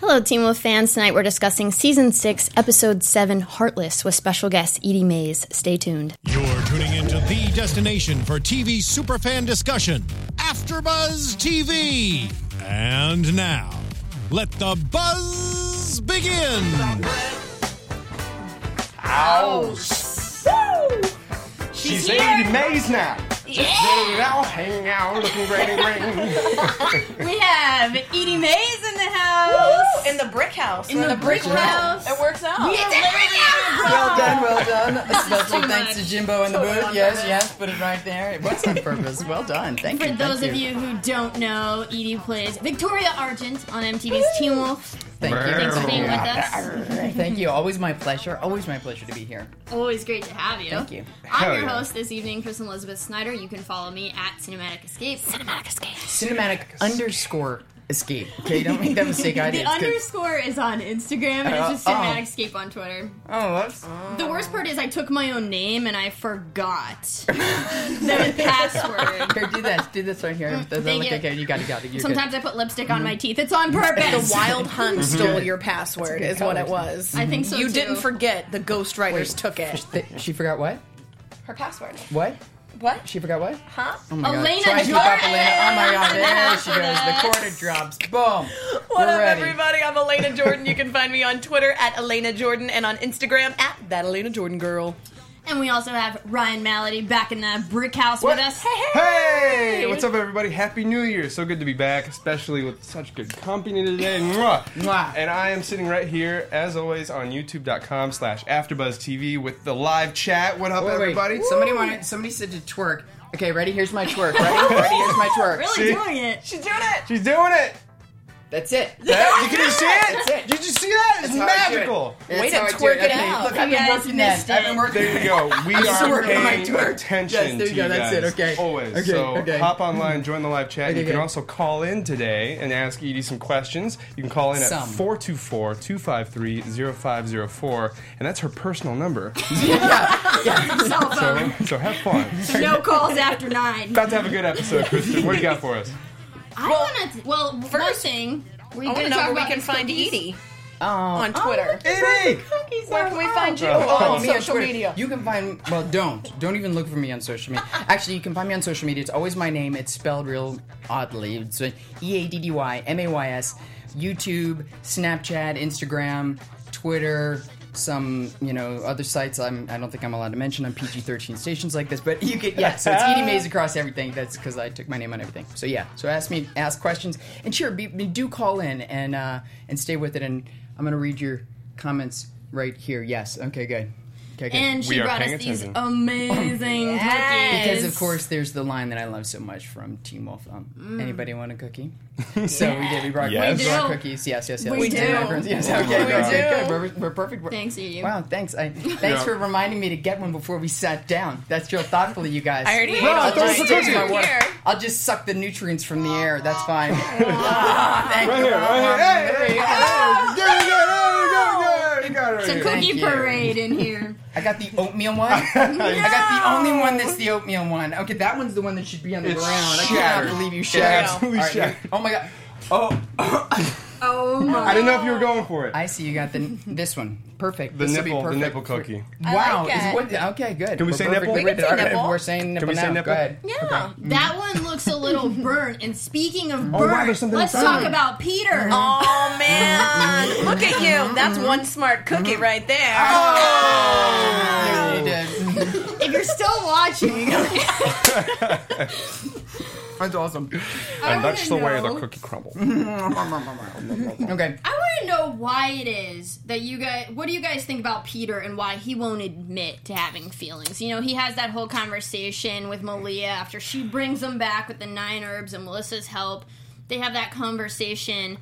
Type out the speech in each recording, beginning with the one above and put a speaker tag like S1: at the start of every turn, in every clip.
S1: Hello, Teen Wolf fans. Tonight we're discussing Season 6, Episode 7, Heartless, with special guest Edie Mays. Stay tuned.
S2: You're tuning into the destination for TV superfan discussion, AfterBuzz TV. And now, let the buzz begin.
S3: She's Lady Maze now. Now hang out, looking ring ring.
S4: We have Edie Mays in the house.
S5: in the brick house.
S4: In the brick house.
S5: It works out.
S4: We have Larry in the brick
S6: Well
S4: house.
S6: done, well done. Especially
S4: too
S6: thanks
S4: much.
S6: to Jimbo in the booth. Yes, yes, put it right there. It was on purpose. Well done. Thank
S4: For
S6: you.
S4: those
S6: thank
S4: of you who don't know, Edie plays Victoria Argent on MTV's Teen Wolf.
S6: Thank you.
S4: Thanks for being with us.
S6: Thank you. Always my pleasure. Always my pleasure to be here.
S4: Always great to have you.
S6: Thank you.
S4: I'm your host this evening, Kristen Elizabeth Snyder. You can follow me at Cinematic Escape. Cinematic Escape.
S6: Cinematic underscore escape. Okay, don't make that mistake I
S4: The
S6: did. It's good.
S4: underscore is on Instagram, and it's just
S6: Uh, oh.
S4: Cinematic Escape on Twitter.
S6: Oh, that's
S4: The worst part is I took my own name and I forgot the password.
S6: here. Do this. Do this right here. Does that
S4: Thank
S6: look
S4: you.
S6: okay? Mm-hmm. You got it. Got it. You're
S4: Sometimes I put lipstick on my teeth. It's on purpose.
S5: The Wild Hunt stole your
S6: That's
S5: password,
S6: a
S5: is
S6: good
S5: what it
S6: color.
S5: was.
S4: I think so
S5: You
S4: too.
S5: didn't forget. The ghostwriters
S6: Wait.
S5: took it.
S6: good. Th- she forgot what?
S5: Her password.
S6: What?
S5: What?
S6: She forgot what?
S5: Huh?
S6: Oh my
S4: Elena
S6: god. Try to keep up,
S4: Jordan!
S6: Elena. Oh my god. There she goes. The quarter drops. Boom.
S5: What
S6: We're
S5: up,
S6: ready.
S5: everybody? I'm Elena Jordan. You can find me on Twitter at Elena Jordan and on Instagram at that Elena Jordan girl.
S4: And we also have Ryan Malady back in the brick house
S3: What?
S4: with us.
S3: Hey, what's up, everybody? Happy New Year! So good to be back, especially with such good company today. Mwah.
S6: Mwah.
S3: And I am sitting right here, as always, on youtube.com slash AfterBuzzTV with the live chat. What up,
S6: Wait, wait.
S3: everybody?
S6: Somebody wanted. Somebody said to twerk. Okay, ready? Here's my twerk. Ready? ready? Here's my twerk.
S4: Really
S3: See?
S4: doing it.
S5: She's doing it.
S3: She's doing it!
S6: That's it.
S3: That- you can see it?
S6: That's it.
S3: Did you see that? It's
S6: That's how I do
S3: magical!
S6: That's
S5: Way to
S6: how I do
S5: twerk it
S6: Okay,
S5: out.
S6: Look, I've been
S4: guys
S6: working that.
S4: missed
S6: I've been
S4: it.
S6: working.
S3: There you go. We
S6: I'm still
S3: are
S6: working on my
S3: paying
S6: twerk.
S3: attention
S6: Yes, there you
S3: to
S6: go.
S3: you
S6: That's it.
S3: guys,
S6: Okay.
S3: Always.
S6: Okay,
S3: so
S6: okay.
S3: hop online, join the live chat.
S6: Okay,
S3: you can
S6: okay.
S3: also call in today and ask Edie some questions. You can call in at
S6: Some.
S3: 424-253-0504, and that's her personal number.
S4: Cell phone.
S3: so have fun.
S4: No calls after nine.
S3: About to have a good episode, Kristen. What do you got for us?
S4: I want to. Well, one thing. We're
S5: I want
S4: going
S5: to
S4: to
S5: know
S4: talk
S5: where we
S4: about
S5: can
S4: these
S5: find
S4: cookies.
S5: Edie on Twitter.
S3: Edie!
S5: Where can we find you?
S3: Oh,
S5: Oh,
S6: Follow
S5: on
S6: me on
S5: social
S6: Twitter.
S5: media.
S6: You can find well, don't don't even look for me on social media. Actually, you can find me on social media. It's always my name. It's spelled real oddly. It's E A D D Y M A Y S. YouTube, Snapchat, Instagram, Twitter, some you know other sites. I'm I don't think I'm allowed to mention on PG-13 stations like this, but you get yeah. So it's Edie Mays across everything. That's because I took my name on everything. So yeah. So ask me, ask questions, and sure, be, be- do call in and uh, and stay with it. And I'm gonna read your comments right here. Yes. Okay. Good. Okay. Good.
S4: And she
S3: We are
S4: brought us
S3: paying
S4: these
S3: attention.
S5: Oh,
S4: amazing cookies.
S6: Because of course, there's the line that I love so much from Team Wolf. Um, Anybody want a cookie? so we did. We brought
S3: Yes. We
S6: cookies. brought
S4: do.
S6: cookies. Yes, yes, yes.
S4: We do.
S6: Yes, okay,
S3: We
S6: good,
S3: do.
S6: good, good. We're, we're perfect. We're-
S4: Thanks, Edie.
S6: Wow, thanks. I, thanks
S3: Yeah.
S6: for reminding me to get one before we sat down. That's real thoughtful of you guys.
S5: I already ate
S6: I'll,
S5: all
S6: just
S5: those
S6: take
S5: cookies.
S6: my water.
S5: Here.
S6: I'll just suck the nutrients from the air. That's fine.
S3: Right here, right here. Hey, hey, hey, hey. There you go, there you go, there you go, there you go,
S4: It's a
S3: there you go.
S4: cookie
S6: Thank you.
S4: parade in here.
S6: I got the oatmeal one. I got the only one that's the oatmeal one. Okay, that one's the one that should be on the
S3: It's
S6: ground. I
S3: shattered.
S6: cannot believe you
S3: It's
S6: shattered.
S3: absolutely
S6: All right,
S3: shattered.
S6: Oh my god.
S3: Oh,
S4: Oh my.
S3: I didn't know if you were going for it.
S6: I see you got the this one. Perfect.
S3: The
S6: This will be
S3: nipple, the
S6: perfect.
S3: nipple cookie.
S6: Wow.
S5: like
S6: is
S5: it.
S6: what- okay, good.
S3: Can we
S6: We're
S3: say
S6: perfect.
S3: nipple? We
S5: can say
S6: All right,
S5: nipple.
S6: We're saying nipple
S3: we say
S6: now.
S3: nipple?
S6: Go ahead.
S5: Yeah.
S4: That one looks a little burnt. And speaking of
S6: Oh,
S4: burnt,
S3: wow, there's something
S4: let's
S3: inside.
S4: talk about Peter.
S5: Oh man, look at Mm-hmm. you. That's one smart cookie right there.
S6: You did.
S4: If you're still watching.
S6: That's awesome.
S4: I
S3: And that's the
S4: wanna
S3: way the
S4: know-
S3: cookie crumbles.
S6: Okay.
S4: I want to know why it is that you guys. What do you guys think about Peter and why he won't admit to having feelings? You know, he has that whole conversation with Malia after she brings him back with the nine herbs and Melissa's help. They have that conversation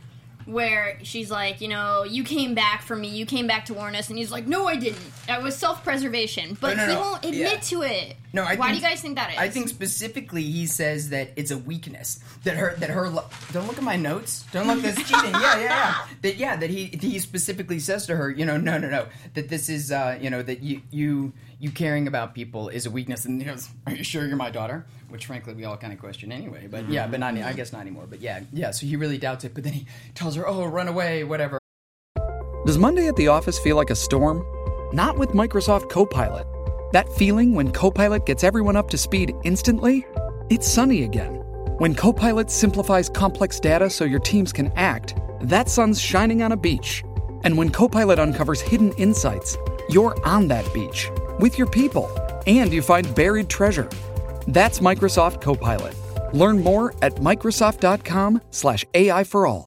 S4: where she's like, you know, you came back for me, you came back to warn us, and he's like, no, I didn't. I was self-preservation, but
S6: No, no,
S4: he
S6: no.
S4: won't admit
S6: Yeah.
S4: to it.
S6: No, I
S4: why
S6: think-
S4: do you guys think that is?
S6: I think specifically he says that it's a weakness that her that her lo- don't look at my notes don't look that's cheating yeah yeah yeah that yeah that he he specifically says to her you know no no no that this is uh, you know that you you you caring about people is a weakness and he goes are you sure you're my daughter which frankly we all kind of question anyway but yeah but not I guess not anymore but yeah yeah so he really doubts it but then he tells her oh run away whatever
S7: Does Monday at the office feel like a storm? Not with Microsoft Copilot. That feeling when Copilot gets everyone up to speed instantly? It's sunny again. When Copilot simplifies complex data so your teams can act, that sun's shining on a beach. And when Copilot uncovers hidden insights, you're on that beach with your people and you find buried treasure. That's Microsoft Copilot. Learn more at Microsoft.com/slash AI for all.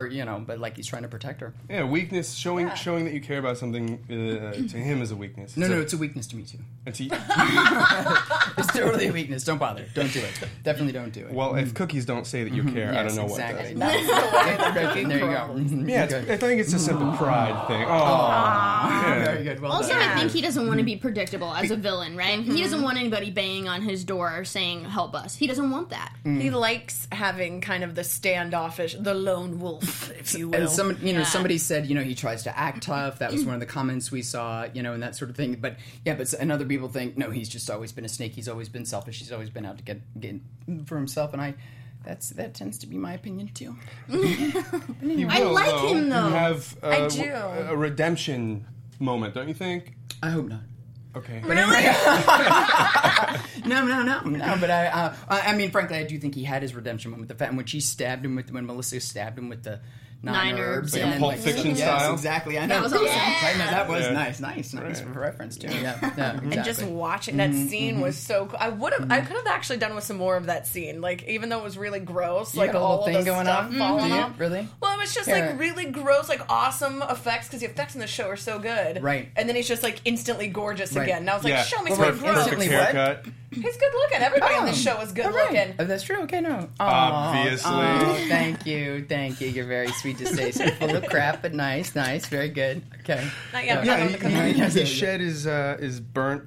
S6: or, you know but like he's trying to protect her
S3: Yeah, weakness showing showing that you care about something uh, to him is a weakness.
S6: no
S3: It's
S6: no
S3: a-
S6: it's a weakness to me too
S3: it's a-
S6: It's totally a weakness. Don't bother. Don't do it. Definitely don't do it.
S3: well, if cookies don't say that you care, I don't know
S6: exactly.
S3: what. does.
S6: That's the way that- there you go. Mhm.
S3: Yeah, it's, I think it's just a pride thing. Oh,
S6: Very good. Well
S4: Also,
S6: done.
S4: I think he doesn't want to
S6: Mm-hmm.
S4: be predictable as a villain, right? He doesn't want anybody banging on his door or saying "help us." He doesn't want that.
S6: Mm-hmm.
S5: He likes having kind of the standoffish, the lone wolf, if you will.
S6: And some, you know, somebody said, you know, he tries to act tough. That was one of the comments we saw, you know, and that sort of thing. But yeah, but s- and other people think, no, he's just always been a snake. He's always been selfish. He's always been out to get get for himself. And I, that's that tends to be my opinion too.
S4: I like him, though.
S3: You have uh,
S5: I do.
S3: a redemption moment, don't you think?
S6: I hope not.
S3: Okay.
S6: No, no, no, no. But I, uh, I I mean, frankly, I do think he had his redemption moment. The fact when she stabbed him with when Melissa stabbed him with the nine,
S4: Nine herbs,
S6: herbs,
S4: Like
S3: a
S6: then,
S3: Pulp Fiction
S6: yes,
S3: style?
S6: exactly. I know that
S4: was awesome.
S6: That was
S3: Yeah.
S6: nice, nice, nice for reference too. Yeah, yeah, exactly.
S5: And just watching that
S3: Mm-hmm,
S5: scene was so cool. I would have, I could have actually done with some more of that scene. Like, even though it was really gross,
S6: You
S5: like
S6: got a
S5: all
S6: little
S5: of
S6: thing
S5: the
S6: going
S5: stuff
S6: on?
S5: falling
S6: Do you?
S5: off.
S6: Really?
S5: Well, it was just
S6: Yeah.
S5: like really gross, like awesome effects because the effects in the show are so good.
S6: Right.
S5: And then he's just like instantly gorgeous
S6: Right.
S5: again. And I was like,
S3: yeah.
S5: show me
S3: perfect,
S5: something gross.
S3: perfect
S6: Instantly what?
S3: haircut.
S5: He's good looking. Everybody on the show is good
S6: Oh, right.
S5: looking.
S6: Oh, that's true. Okay, no. Aw,
S3: Obviously.
S6: aw, thank you, thank you. You're very sweet to say. So full of crap, but nice, nice, very good. Okay.
S5: Not yet.
S3: Yeah,
S5: I'm
S3: he,
S5: not gonna-
S3: he- he shed his uh, his burnt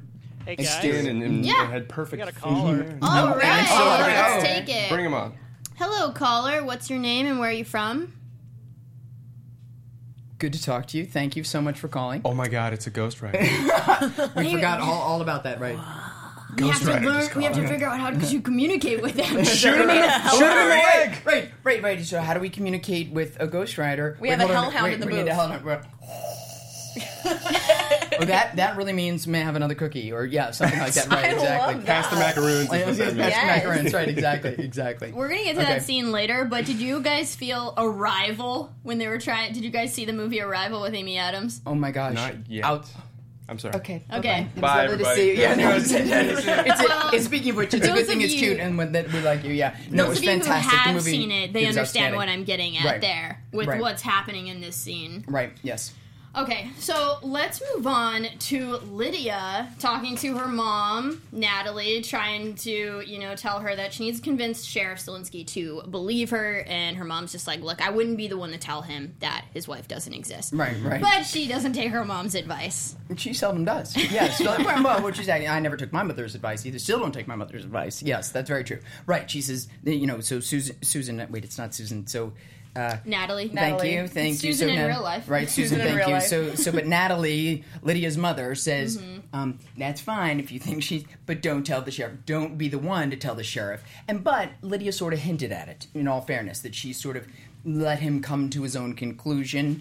S8: Hey guys,
S3: skin and, and
S4: Yeah.
S3: had perfect.
S8: got a caller.
S4: All right,
S6: sorry.
S4: let's
S6: Oh.
S4: take it.
S3: Bring him on.
S4: Hello, caller. What's your name and where are you from?
S6: Good to talk to you. Thank you so much for calling.
S3: Oh my God, it's a ghostwriter.
S6: we forgot all, all about that, right?
S4: We have to
S3: Ghostwriter
S4: learn.
S3: just
S4: We have to figure out how could you communicate with them.
S6: Shoot him in the, shoot him in the
S3: Right,
S6: leg. Right, right, right. So how do we communicate with a ghostwriter? We
S5: have a hellhound in the
S6: we Need a
S5: booth.
S6: hellhound. We're- oh, that that really means may I have another cookie or yeah something like that. Right,
S5: I
S6: exactly.
S5: love that.
S3: Pass the macaroons.
S6: Oh,
S3: is
S6: yeah,
S3: what
S6: yes,
S3: that means.
S6: mashed
S5: Yes.
S6: macarons, right? Exactly, exactly.
S4: We're gonna get to
S6: Okay.
S4: that scene later, but did you guys feel Arrival when they were trying? Did you guys see the movie Arrival with Amy Adams?
S6: Oh my gosh!
S3: Not yet.
S6: Out.
S3: I'm sorry.
S6: Okay.
S4: Okay.
S6: It was
S3: Bye,
S6: lovely to
S3: everybody.
S6: see you. Yeah,
S3: It
S6: no,
S3: was
S6: it's,
S3: good
S6: it's, it's, it's speaking of which, it's a
S4: Those
S6: good thing
S4: of
S6: it's
S4: you-
S6: cute and when that we like you. Yeah, no,
S4: Those
S6: it's
S4: of you who
S6: fantastic. the
S4: have
S6: movie,
S4: seen it, they
S6: was
S4: understand
S6: outstanding.
S4: what I'm getting at
S6: Right.
S4: there with
S6: Right.
S4: what's happening in this scene.
S6: Right. Yes.
S4: Okay, so let's move on to Lydia talking to her mom, Natalie, trying to, you know, tell her that she needs to convince Sheriff Stilinski to believe her, and her mom's just like, look, I wouldn't be the one to tell him that his wife doesn't exist.
S6: Right. Right.
S4: But she doesn't take her mom's advice.
S6: She seldom does. Yes. Well, well, what she's saying, I never took my mother's advice either. Still don't take my mother's advice. Yes, that's very true. Right. She says, you know, so Susan, Susan, wait, it's not Susan. So Uh,
S4: Natalie.
S6: Thank you, thank you.
S4: Susan
S6: So
S4: in
S6: Nat-
S4: real life.
S6: right? Susan,
S4: in
S6: thank
S4: real
S6: you.
S4: life.
S6: So, so but Natalie, Lydia's mother, says,
S4: Mhm.
S6: um, "That's fine if you think she's, but don't tell the sheriff. Don't be the one to tell the sheriff." And but Lydia sort of hinted at it. In all fairness, that she sort of let him come to his own conclusion,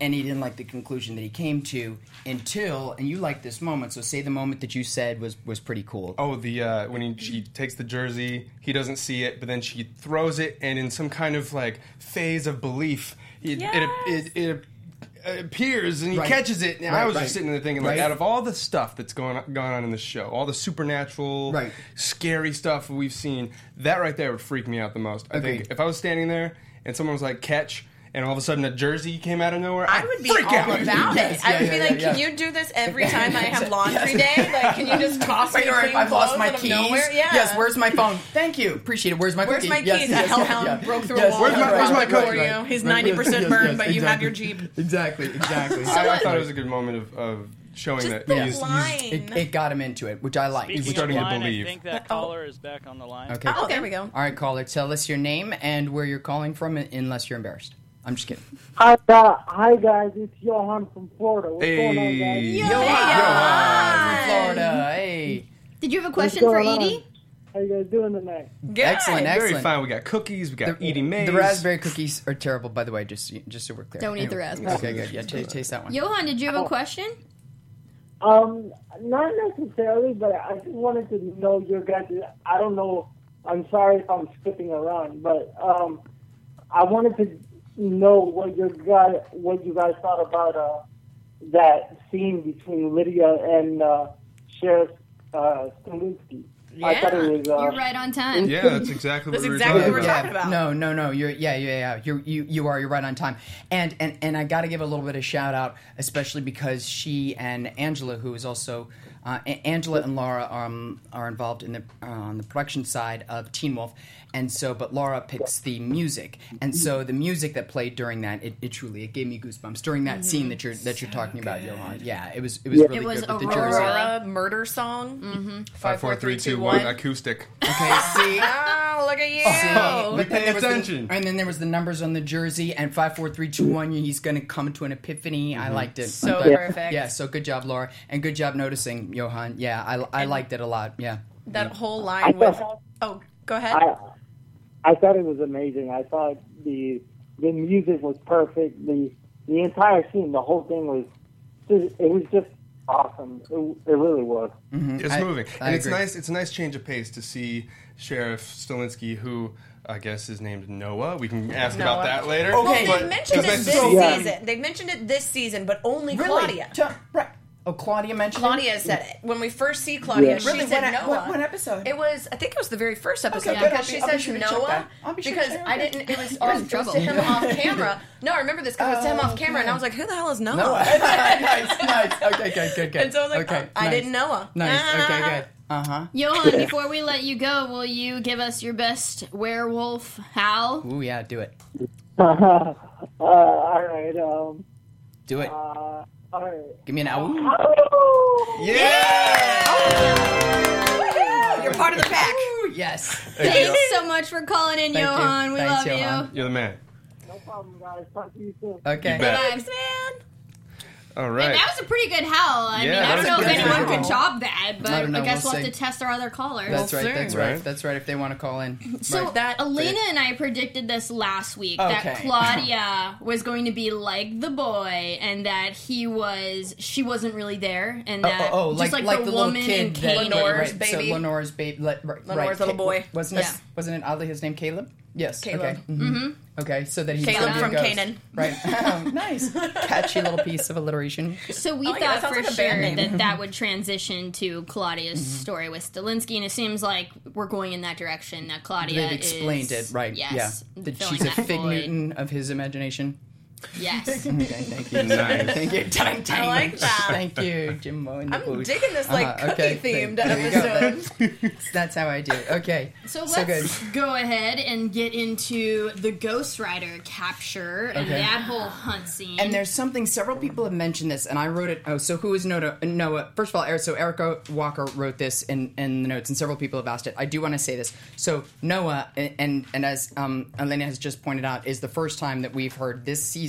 S6: and he didn't like the conclusion that he came to until. And you like this moment, so say the moment that you said was was pretty cool.
S3: Oh, the uh, when he, she takes the jersey, he doesn't see it, but then she throws it, and in some kind of like phase of belief, it it, it, it appears and he
S6: Right.
S3: catches it. And I
S6: Right,
S3: was
S6: right.
S3: just sitting there thinking, like,
S6: Right.
S3: out of all the stuff that's going on, gone on in the show, all the supernatural,
S6: Right.
S3: scary stuff we've seen, that right there would freak me out the most. I
S6: Agreed.
S3: think if I was standing there and someone was like, catch. And all of a sudden, a jersey came out of nowhere. I would
S5: be
S3: freak
S5: all
S3: out.
S5: about
S3: Yes,
S5: it. I
S3: yeah,
S5: would
S3: yeah,
S5: be
S3: yeah,
S5: like,
S3: yeah.
S5: can you do this every time I have laundry day? Like, can you just toss me
S6: Wait, or
S5: clean
S6: if I've
S5: clothes
S6: lost my
S5: out of
S6: keys?
S5: nowhere? Yeah.
S6: Yes, where's my phone? Thank you. Appreciate it. Where's my
S5: Where's
S6: cookie?
S5: my
S6: Yes,
S5: keys?
S6: yes,
S5: a hellhound
S6: yes, yes.
S5: broke through
S6: Yes,
S5: a wall.
S6: Where's my, where's my
S5: for
S6: coat?
S5: you. He's ninety percent burned, but you have your jeep.
S6: Exactly, exactly.
S3: I, I thought it was a good moment of, of showing that he's, he's-
S6: It, it got him into it, which I like.
S3: Speaking He's starting
S8: Line, I think that caller is back on the line.
S6: Okay.
S5: Oh, there we go.
S6: All right, caller, tell us your name and where you're calling from, unless you're embarrassed. I'm just kidding.
S9: Hi, uh, hi guys, it's Johan from Florida. What's going on, guys?
S6: from Florida. Hey.
S4: Did you have a
S9: What's
S4: question for
S9: going on?
S4: Edie?
S9: How you guys doing tonight?
S6: Excellent, excellent.
S3: Very fine. We got cookies. We got eating maize.
S6: The raspberry cookies are terrible, by the way. Just, just so we're clear.
S4: Don't eat the raspberry.
S6: Okay, good. Yeah, taste, taste that one.
S4: Johan, did you have a question?
S9: Um, not necessarily, but I just wanted to know your guys. I don't know. I'm sorry if I'm skipping around, but um, I wanted to know what your guy, what you guys thought about uh, that scene between Lydia and uh, Sheriff uh, Stalinsky. I thought it was. Uh,
S4: You're right on time.
S3: exactly
S4: what That's we were exactly talking what we're about. talking about.
S6: No, no, no. You're yeah, yeah, yeah. You're, you you are. You're right on time. And and and I got to give a little bit of shout out, especially because she and Angela, who is also uh, A- Angela and Laura are, um, are involved in the uh, on the production side of Teen Wolf, and so but Laura picks the music, and so the music that played during that it, it truly it gave me goosebumps during that scene that you're that you're talking about, Johan. Yeah, it was it was
S5: Yeah.
S6: really
S5: It was
S6: good with the jersey.
S5: Aurora murder song. Mm-hmm.
S3: Five, four, three, two, one. Acoustic.
S6: Okay, see.
S5: Oh, look at you.
S6: Oh, but then there was the- and then there was the numbers on the jersey and five, four, three, two, one. He's going to come to an epiphany.
S3: Mm-hmm.
S6: I
S5: Mhm.
S6: liked it.
S5: So
S6: I thought-
S5: perfect.
S6: Yeah. So good job, Laura, and good job noticing, Johan. Yeah, I, I liked it a lot. Yeah.
S5: that whole line was. Oh, go ahead.
S9: I thought it was amazing. I thought the the music was perfect. The the entire scene, the whole thing was just, it was just awesome. It, it really was.
S3: It's
S9: I-
S3: moving,
S9: I
S3: and it's
S9: agree.
S3: nice. It's a nice change of pace to see Sheriff Stalinsky, who I guess is named Noah. We can ask about
S5: Noah.
S3: that later.
S5: Well,
S3: but
S5: they've mentioned it
S3: it's nice to
S5: this
S3: see-
S5: season. They've mentioned it this season, but only
S6: Really?
S5: Claudia.
S6: Oh, Claudia mentioned. it?
S5: Claudia said it when we first see Claudia.
S6: Yeah.
S5: She
S6: Really?
S5: said
S6: When-
S5: Noah.
S6: when- when
S5: episode? It was. I think it was the very first episode
S6: Okay, good. I'll
S5: because
S6: be-
S5: she
S6: I'll be
S5: says
S6: sure to check
S5: Noah
S6: that. I'll be sure to
S5: because
S6: check
S5: I
S6: that.
S5: didn't. It was, it
S6: You're in
S5: was just to
S6: trouble.
S5: him off camera. No, I remember this because it was him
S6: Oh,
S5: off camera, and I was like, "Who the hell is Noah?"
S6: Noah. nice, nice. Okay, good, good, good.
S5: And so I was like,
S6: okay,
S5: "I
S6: nice.
S5: didn't know her."
S6: Nice. Okay,
S5: Ah.
S6: good. Uh huh.
S4: Johan, before we let you go, will you give us your best werewolf howl?
S6: Ooh, yeah. Do it.
S9: uh, all right. Um,
S6: Do it.
S9: uh, all right.
S6: Give me an owl. Oh!
S5: You're part of the pack.
S6: yes.
S4: Thanks so much for calling in,
S6: Thank you.
S4: Johan. We
S6: Thanks,
S4: love
S6: Johan.
S4: you.
S3: You're the man.
S9: No problem, guys. Talk to you soon.
S6: Okay.
S3: You bet.
S4: Thanks, man.
S3: All right.
S4: That was a pretty good howl. I
S3: Yeah,
S4: mean, I
S3: that
S4: don't
S3: was
S4: know if
S3: pretty
S4: anyone
S3: good.
S4: could top that, but
S6: I
S4: I,
S6: don't know.
S4: guess
S6: We'll
S4: we'll, have
S6: see.
S4: to test our other callers.
S6: That's right. That's right. That's right. If they want to call in.
S4: So
S6: Right. That-
S4: Elena and I predicted this last week that
S6: Okay.
S4: Claudia was going to be like the boy, and that he was she wasn't really there, and
S6: Oh,
S4: that
S6: oh, oh,
S4: just like, the, woman in
S6: that-
S4: Kane,
S6: right, right, So Lenore's baby. Le, right,
S4: Lenore's
S6: right,
S4: little
S6: Ca-
S4: boy.
S6: Wasn't it,
S4: Yeah.
S6: wasn't it oddly his name Caleb? Yes.
S5: Caleb.
S6: Okay. Mm-hmm.
S5: Mhm.
S6: Okay. So that he's
S5: Caleb
S6: gonna be a
S5: from
S6: ghost.
S5: Canaan.
S6: Right. Oh, nice. Catchy little piece of alliteration.
S4: So we
S5: I like it.
S4: thought
S5: Oh, That sounds
S4: for
S5: like a band
S4: sure
S5: name.
S4: that that would transition to Claudia's
S6: Mhm.
S4: story with Stalinsky, and it seems like we're going in that direction. That Claudia
S6: They've explained
S4: is,
S6: it right.
S4: Yes,
S6: yeah. That
S4: filling
S6: she's a
S4: that
S6: fig
S4: void.
S6: Newton of his imagination.
S4: Yes.
S6: okay, thank you.
S3: Nice.
S6: Thank you. Tiny, tiny
S5: I like
S6: much.
S5: that.
S6: Thank you, Jimbo. In the
S5: I'm
S6: booth.
S5: digging this, like, cookie-themed
S6: thank- there you go. That's how I do. it. Okay.
S4: So
S6: so good.
S4: let's go ahead and get into the Ghost Rider capture and
S6: Okay.
S4: that whole hunt scene.
S6: And there's something several people have mentioned this, and I wrote it. Oh, so who is Noah? Noah? First of all, Eric, so Erica Walker wrote this in, in the notes, and several people have asked it. I do want to say this. So Noah, a- and and as um, Elena has just pointed out, is the first time that we've heard this season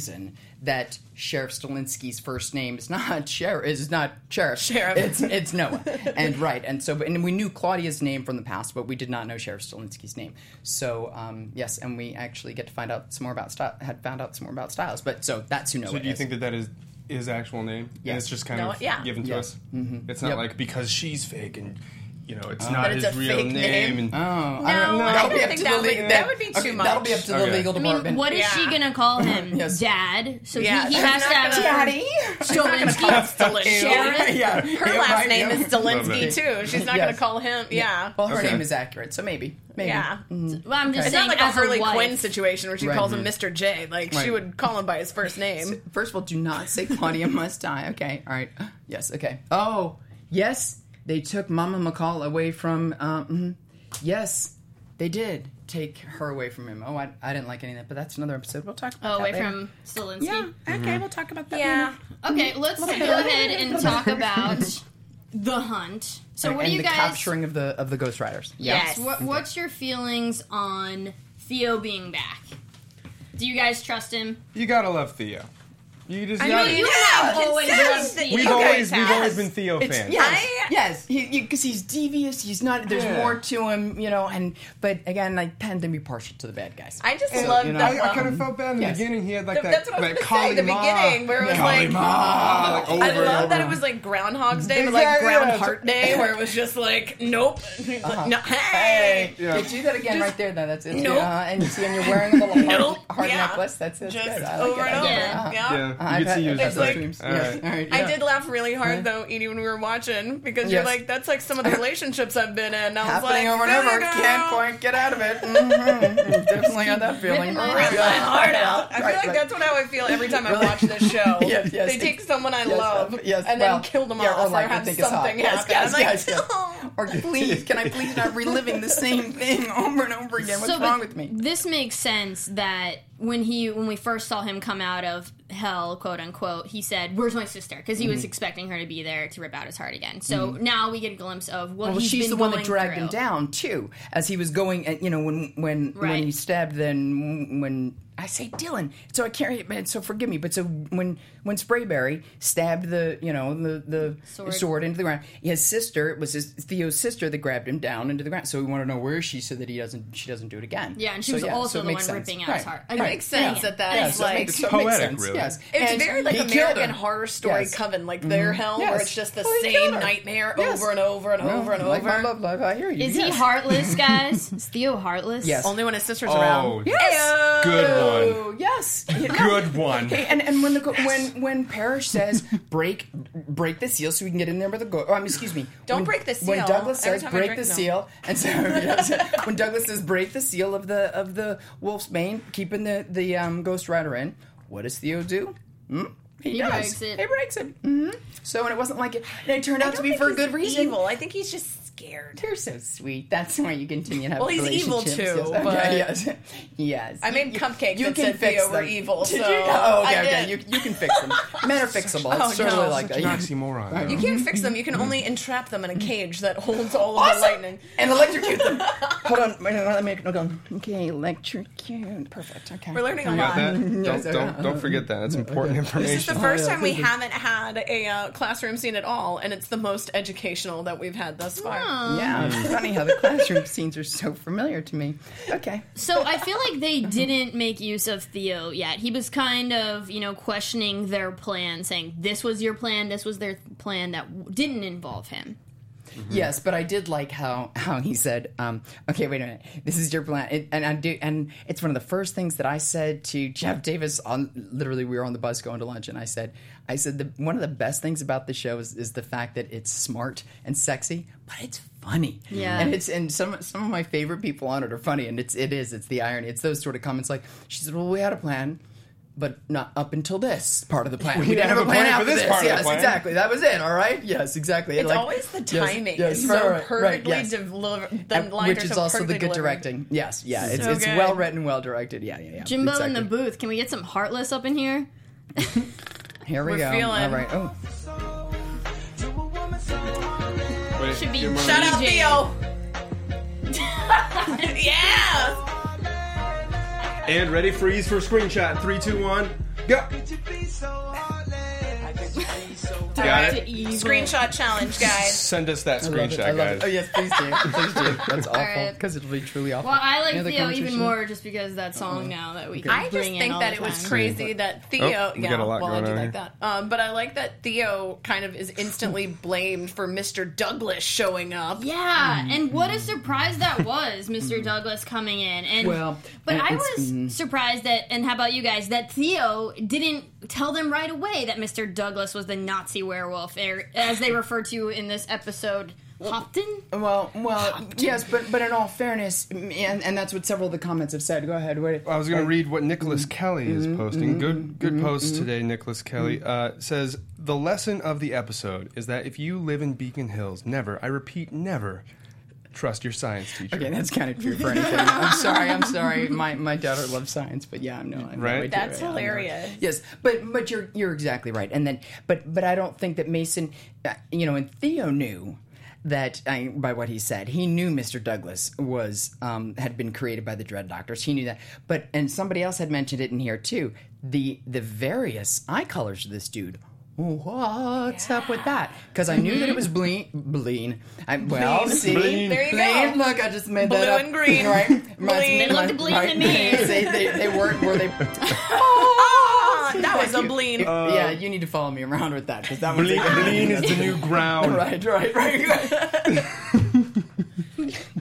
S6: that Sheriff Stalinsky's first name is not Sheriff. Is not Sheriff.
S5: Sheriff.
S6: It's it's Noah. and right, and so and we knew Claudia's name from the past, but we did not know Sheriff Stalinsky's name. So um, yes, and we actually get to find out some more about Styles. Had found out some more about Styles, but so that's who Noah.
S3: So do you
S6: is.
S3: think that that is his actual name?
S6: Yes.
S3: And it's just kind
S6: No,
S3: of
S6: yeah.
S3: given to
S6: Yeah.
S3: us.
S6: Mhm.
S3: It's not
S6: Yep.
S3: like because she's fake and you know it's
S6: Oh.
S3: not
S6: But it's
S3: his
S6: a
S3: real
S6: fake
S3: name.
S6: name.
S3: and
S6: Oh, I don't know.
S3: That'll
S6: I
S3: be up
S6: don't think
S3: to the
S6: that
S3: le-
S6: would- that would be
S3: okay,
S6: too much.
S3: That'll be up to the
S6: Okay.
S3: legal
S4: I mean,
S3: department.
S4: what is she gonna call him? Dad. So he- he, has to have
S5: Daddy. She's not gonna call him Stalinsky.
S6: Sheriff. Yeah.
S5: Her
S6: Yeah,
S5: last
S6: right,
S5: name
S6: yeah.
S5: is Stalinsky too. She's not gonna
S6: Yes.
S5: call him. Yeah.
S6: Well, her name is accurate, so maybe. Maybe.
S5: Yeah.
S6: Mhm.
S4: Well, I'm just
S5: it's
S4: saying,
S5: not like a
S4: as a
S5: Harley
S4: wife.
S5: Quinn situation where she
S6: Right.
S5: calls him
S6: Mhm.
S5: Mr. J. Like she
S6: Right.
S5: would call him by his first name.
S6: First of all, do not say Claudia must die. Okay. All right. Yes. Okay. Oh, yes. They took Mama McCall away from. Um, mhm. yes, they did take her away from him. Oh, I, I didn't like any of that, but that's another episode. We'll talk about
S4: Oh,
S6: that
S4: away
S6: later. Mm-hmm.
S4: from Stalinsky.
S6: Yeah. Okay.
S5: Mhm.
S6: We'll talk about that.
S4: Yeah.
S6: later.
S4: Okay, let's go
S6: Okay.
S4: ahead and talk about the hunt. So,
S6: Right,
S4: what
S6: and
S4: do you
S6: the
S4: guys?
S6: capturing of the of the Ghost Riders.
S4: Yes. What, what's your feelings on Theo being back? Do you guys trust him?
S3: You gotta love Theo. You just
S4: I
S3: gotta.
S4: mean, you have always loved Theo.
S3: We've always we've always been Theo
S6: It's-
S3: fans.
S6: Yes, yes, because he's devious. He's not. There's
S3: Yeah.
S6: more to him, you know. And but again, I tend to be partial to the bad guys.
S5: I just
S6: So,
S5: love
S6: you know,
S5: that.
S6: I- I kinda felt
S3: bad in the beginning. He had like
S5: Th-
S3: that.
S5: that's what I was
S3: that
S5: gonna say,
S3: Kali
S5: the
S3: Ma.
S5: beginning where it was
S3: Kali
S5: like,
S3: Ma, like, over
S5: I
S3: and
S5: love that
S3: over.
S5: it was like Groundhog's Day, but like
S6: Exactly, yeah.
S5: Ground Heart Day, where it was just like, nope, Like,
S6: Uh-huh.
S5: no, hey,
S6: Yeah. do that again right there, though. That's it.
S5: Nope.
S6: Uh, and you see, and you're wearing a little hard,
S5: Nope.
S6: hard
S5: Yeah.
S6: necklace. That's it. That's
S5: Just
S6: good. I like
S5: over
S6: it.
S5: and
S6: I like
S5: over.
S6: it. Uh-huh.
S5: Yeah.
S3: Yeah, you
S6: Uh, I've
S3: could see
S6: had-
S3: you as
S6: I've
S3: just
S6: had
S3: like,
S6: dreams.
S3: all
S6: Yes.
S3: right.
S6: All right,
S5: I
S6: yeah.
S5: did laugh really hard though, Edie, when we were watching, because you're
S6: Yes.
S5: like, that's like some of the relationships I've been in. And I was
S6: Happening
S5: like,
S6: over and over.
S5: "There you go."
S6: Can't quite get out of it. Mhm. Definitely had that feeling.
S5: Rip my heart out. I feel
S6: Right,
S5: like
S6: right.
S5: that's what how I feel every time I watch this show.
S6: Yes, yes.
S5: they take someone I
S6: Yes,
S5: love
S6: yes,
S5: and
S6: well,
S5: then kill them
S6: yeah, or
S5: off or,
S6: like they
S5: have
S6: think
S5: something
S6: it's hot.
S5: happen.
S6: Yes, yes,
S5: I'm like,
S6: yes, yes. Or please, can I please not reliving the same thing over and over again? What's
S4: So,
S6: wrong
S4: but
S6: with me?
S4: This makes sense that when he when we first saw him come out of hell, quote unquote, he said, "Where's my sister?" because he was
S6: Mhm.
S4: expecting her to be there to rip out his heart again. So
S6: Mhm.
S4: now we get a glimpse of what
S6: well,
S4: he's
S6: she's
S4: been
S6: the one that
S4: going
S6: dragged
S4: through.
S6: him down too, as he was going. At, you know, when when
S4: Right.
S6: when he stabbed, then when I say Dylan, so I can't. man, So forgive me, but so when when Sprayberry stabbed the you know the the
S4: Sword.
S6: sword, into the ground, his sister it was his Theo's sister that grabbed him down into the ground. So we want to know where is she so that he doesn't she doesn't do it again.
S4: Yeah, and she
S6: So,
S4: was also
S6: so it
S4: the
S6: makes
S4: one
S6: sense.
S4: ripping out his heart.
S5: It makes sense that that's
S6: Yeah, so it
S5: like-
S6: makes- so it
S5: It's
S6: makes
S5: poetic,
S6: sense,
S5: really.
S6: Yes,
S5: It's
S6: And
S5: very like
S6: he killed
S5: American
S6: her.
S5: Horror Story
S6: Yes.
S5: Coven, like
S6: Mhm.
S5: their hell, where
S6: Yes.
S5: it's just the
S6: Well, he
S5: same
S6: killed her.
S5: nightmare
S6: Yes.
S5: over and over and
S6: Well,
S5: over and
S6: like my
S5: over.
S6: love life, I hear you.
S4: Is
S6: Yes.
S4: he heartless, guys? Is Theo heartless?
S6: Yes.
S5: Only when his sister's
S3: Oh,
S6: Yes.
S3: good one.
S6: Yes.
S3: Good one.
S6: Hey, and, and when the go- when when Parrish says break break the seal so we can get in there with the go- oh, I mean, excuse me.
S5: Don't
S6: When-
S5: break the
S6: When
S5: seal.
S6: Douglas
S5: Every
S6: says
S5: time I
S6: break
S5: drink,
S6: the
S5: no.
S6: seal, and so yes, when Douglas says break the seal of the of the wolf's mane, keeping the the um, Ghost Rider in, what does Theo do? Hmm?
S5: He
S6: does.
S5: breaks it.
S6: He breaks it. hmm So and it wasn't like it. And it turned
S5: I
S6: out to
S5: don't
S6: be
S5: think
S6: for a
S5: he's
S6: good reason.
S5: Evil. I think he's just scared.
S6: You're so sweet. That's why you continue to have
S5: Well, he's evil
S6: relationships.
S5: too,
S6: Yes. Okay,
S5: but-
S6: yes. yes.
S5: I made cupcakes
S6: You
S5: that
S6: can
S5: said
S6: fix
S5: Theo were
S6: them.
S5: evil.
S6: Did you?
S5: so
S6: Oh, okay,
S5: I
S6: okay.
S5: did.
S6: You, you can fix them. Men are fixable. It's
S5: Oh,
S6: certainly
S5: no.
S6: like
S5: Such
S6: that.
S3: an oxymoron,
S6: Right.
S5: You can't fix them. You can only entrap them in a cage that holds all of
S6: Mm-hmm. Awesome.
S5: the lightning.
S6: and electrocute them. Hold on. Wait, let me no, go. Okay, electrocute. Perfect. Okay.
S5: We're learning a
S3: You got that?
S5: lot.
S6: Yes,
S3: Don't,
S6: okay.
S3: don't, don't forget that. That's important information.
S5: This is the first time
S6: Mm-hmm.
S5: we haven't had a uh, classroom scene at all, and it's the most educational that we've had thus far.
S6: Yeah, it's funny how the classroom scenes are so familiar to me. Okay.
S4: So I feel like they didn't make use of Theo yet. He was kind of, you know, questioning their plan, saying this was your plan, this was their plan that w- didn't involve him.
S3: Mm-hmm.
S6: Yes, but I did like how how he said, um, "Okay, wait a minute, this is your plan." It, and I do, and it's one of the first things that I said to Jeff Davis. On literally, we were on the bus going to lunch, and I said, "I said the, one of the best things about the show is, is the fact that it's smart and sexy, but it's funny."
S10: Yeah.
S6: and it's and some some of my favorite people on it are funny, and it's it is it's the irony. It's those sort of comments like she said, "Well, we had a plan." but not up until this part of the plan.
S3: We didn't have a plan for
S6: after
S3: this part of the
S6: Yes,
S3: plan.
S6: exactly. That was it. All right. Yes, exactly.
S5: It's
S6: Like-
S5: always the
S6: Yes,
S5: timing.
S6: yes,
S5: it's
S6: right,
S5: so
S6: right,
S5: perfectly
S6: yes.
S5: delivered.
S6: And- which is also the good directing. Yes, yeah, it's,
S4: So
S6: it's
S4: good.
S6: well written, well directed. Yeah, yeah, yeah.
S4: Jimbo
S6: exactly.
S4: in the booth. Can we get some heartless up in here?
S6: Here we
S4: we're
S6: go.
S4: feeling-
S6: All right. Oh,
S4: Should be
S5: Shut up, Theo. yeah.
S3: And ready, freeze for screenshot. Three, two, one, go. Got it.
S5: Screenshot challenge, guys.
S3: Send us that
S6: I love it,
S3: screenshot,
S6: I love it.
S3: guys.
S6: Oh yes, please do. Please do. That's awful
S4: right.
S6: because it'll be truly awful.
S4: Well, I like
S6: Any other
S4: Theo even
S6: conversation?
S4: more just because of that song now that we.
S6: Okay.
S4: Can
S5: I just
S4: bring in
S5: think
S4: all
S5: that
S4: the
S5: it was
S4: time.
S5: crazy that Theo.
S3: Oh, we
S5: yeah,
S3: got a lot
S5: well, I
S3: going
S5: do
S3: on
S5: like
S3: here.
S5: that. Um, but I like that Theo kind of is instantly blamed for Mr. Douglas showing up.
S4: Yeah,
S6: Mm-hmm.
S4: and what a surprise that was, Mr. Douglas coming in. And
S5: Well,
S4: but
S5: it-
S4: I
S5: it's-
S4: was
S6: mm-hmm.
S5: mm.
S4: surprised that, and how about you guys? That Theo didn't tell them right away that Mr. Douglas was the Nazi werewolf, er, as they refer to in this episode. Hopton.
S6: Well, well, yes, but but in all fairness, and, and that's what several of the comments have said. Go ahead. Wait.
S3: I was going to read what Nicholas Kelly is
S6: Mm-hmm.
S3: posting. Good, good post today, Nicholas Kelly. Uh, says the lesson of the episode is that if you live in Beacon Hills, never, I repeat, never, trust your science teacher.
S6: Okay, that's kind of true for anything. I'm sorry. I'm sorry. My my daughter loves science, but yeah, I'm no. I'm no
S3: Right?
S6: idea,
S5: That's
S6: yeah, I'm no-
S5: hilarious.
S6: Yes, but but you're you're exactly right. And then, but but I don't think that Mason, uh, you know, and Theo knew that I, by what he said, he knew Mr. Douglas was um, had been created by the Dread Doctors. He knew that. But and somebody else had mentioned it in here too. The the various eye colors of this dude. What's up with that? Because I knew that it was bleen. Bleen. I, well,
S5: Bleen.
S6: see,
S5: Bleen. Mm-hmm. There you go.
S6: bleen. Look, I just made
S5: Blue
S6: that up.
S5: and green.
S6: right?
S5: Bleen. They looked bleen to me.
S6: they, they, they weren't. Were they?
S5: Ah, that was a
S6: You-
S5: bleen.
S6: you- yeah, you need to follow me around with that because that one's
S3: Bleen,
S6: even-
S3: bleen is the new ground.
S6: right, right, right.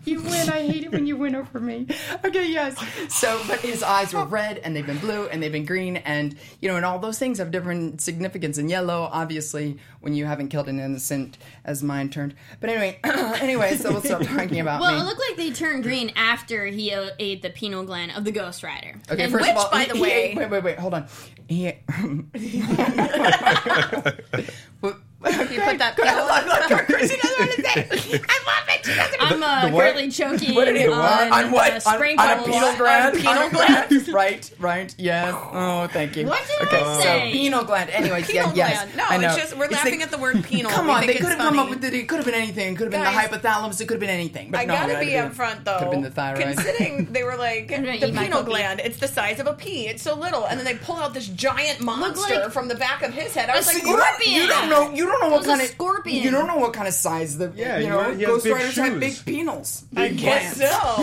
S6: you win. I hate it when you win over me. Okay, yes. So, but his eyes were red, and they've been blue, and they've been green, and you know, and all those things have different significance. And yellow, obviously, when you haven't killed an innocent, as mine turned. But anyway, anyway, so we'll stop talking about
S4: Well,
S6: me.
S4: it looked like they turned green after he uh, ate the penal gland of the Ghost Rider.
S6: Okay,
S4: And
S6: first
S4: which,
S6: of all,
S4: by
S6: he-
S4: the
S6: he
S4: way,
S6: ate- wait, wait, wait, hold on. He,
S5: You put that.
S4: I'm uh,
S6: The what?
S4: currently choking
S6: What did he-
S4: on,
S6: on
S4: Uh,
S6: what? On- on
S4: sprinkles
S6: a penal gland?
S4: penal
S6: On a
S4: gland?
S6: right, right, yes. Oh, thank you.
S4: What did
S6: okay,
S4: I say?
S6: so penal gland. Anyway, yeah,
S5: Penal
S6: yes.
S5: gland. No,
S6: I know.
S5: it's just we're laughing
S6: like-
S5: at the word penal.
S6: Come
S5: We
S6: on,
S5: think
S6: they
S5: it's
S6: could have come
S5: funny.
S6: up with it. It could have been anything. It could have been
S5: Guys,
S6: the hypothalamus. It could have been anything. But
S5: I
S6: no,
S5: gotta
S6: it
S5: be
S6: could've
S5: up
S6: been-
S5: front though.
S6: Could have been the thyroid.
S5: Considering they were like
S4: gonna
S5: the
S4: eat my
S5: penal
S4: cookie.
S5: gland, it's the size of a pea. It's so little, and then they pull out this giant monster
S4: like
S5: from the back of his head. I
S4: a
S5: was like,
S4: scorpion.
S5: what?
S6: You don't know. You don't know what
S4: It was a
S6: kind of
S4: scorpion.
S6: You don't know what kind of size the
S3: Yeah,
S6: you
S3: you
S6: know
S3: know, he has
S6: Ghost
S3: big
S6: Riders have
S3: shoes.
S6: big penals.
S5: I guess so.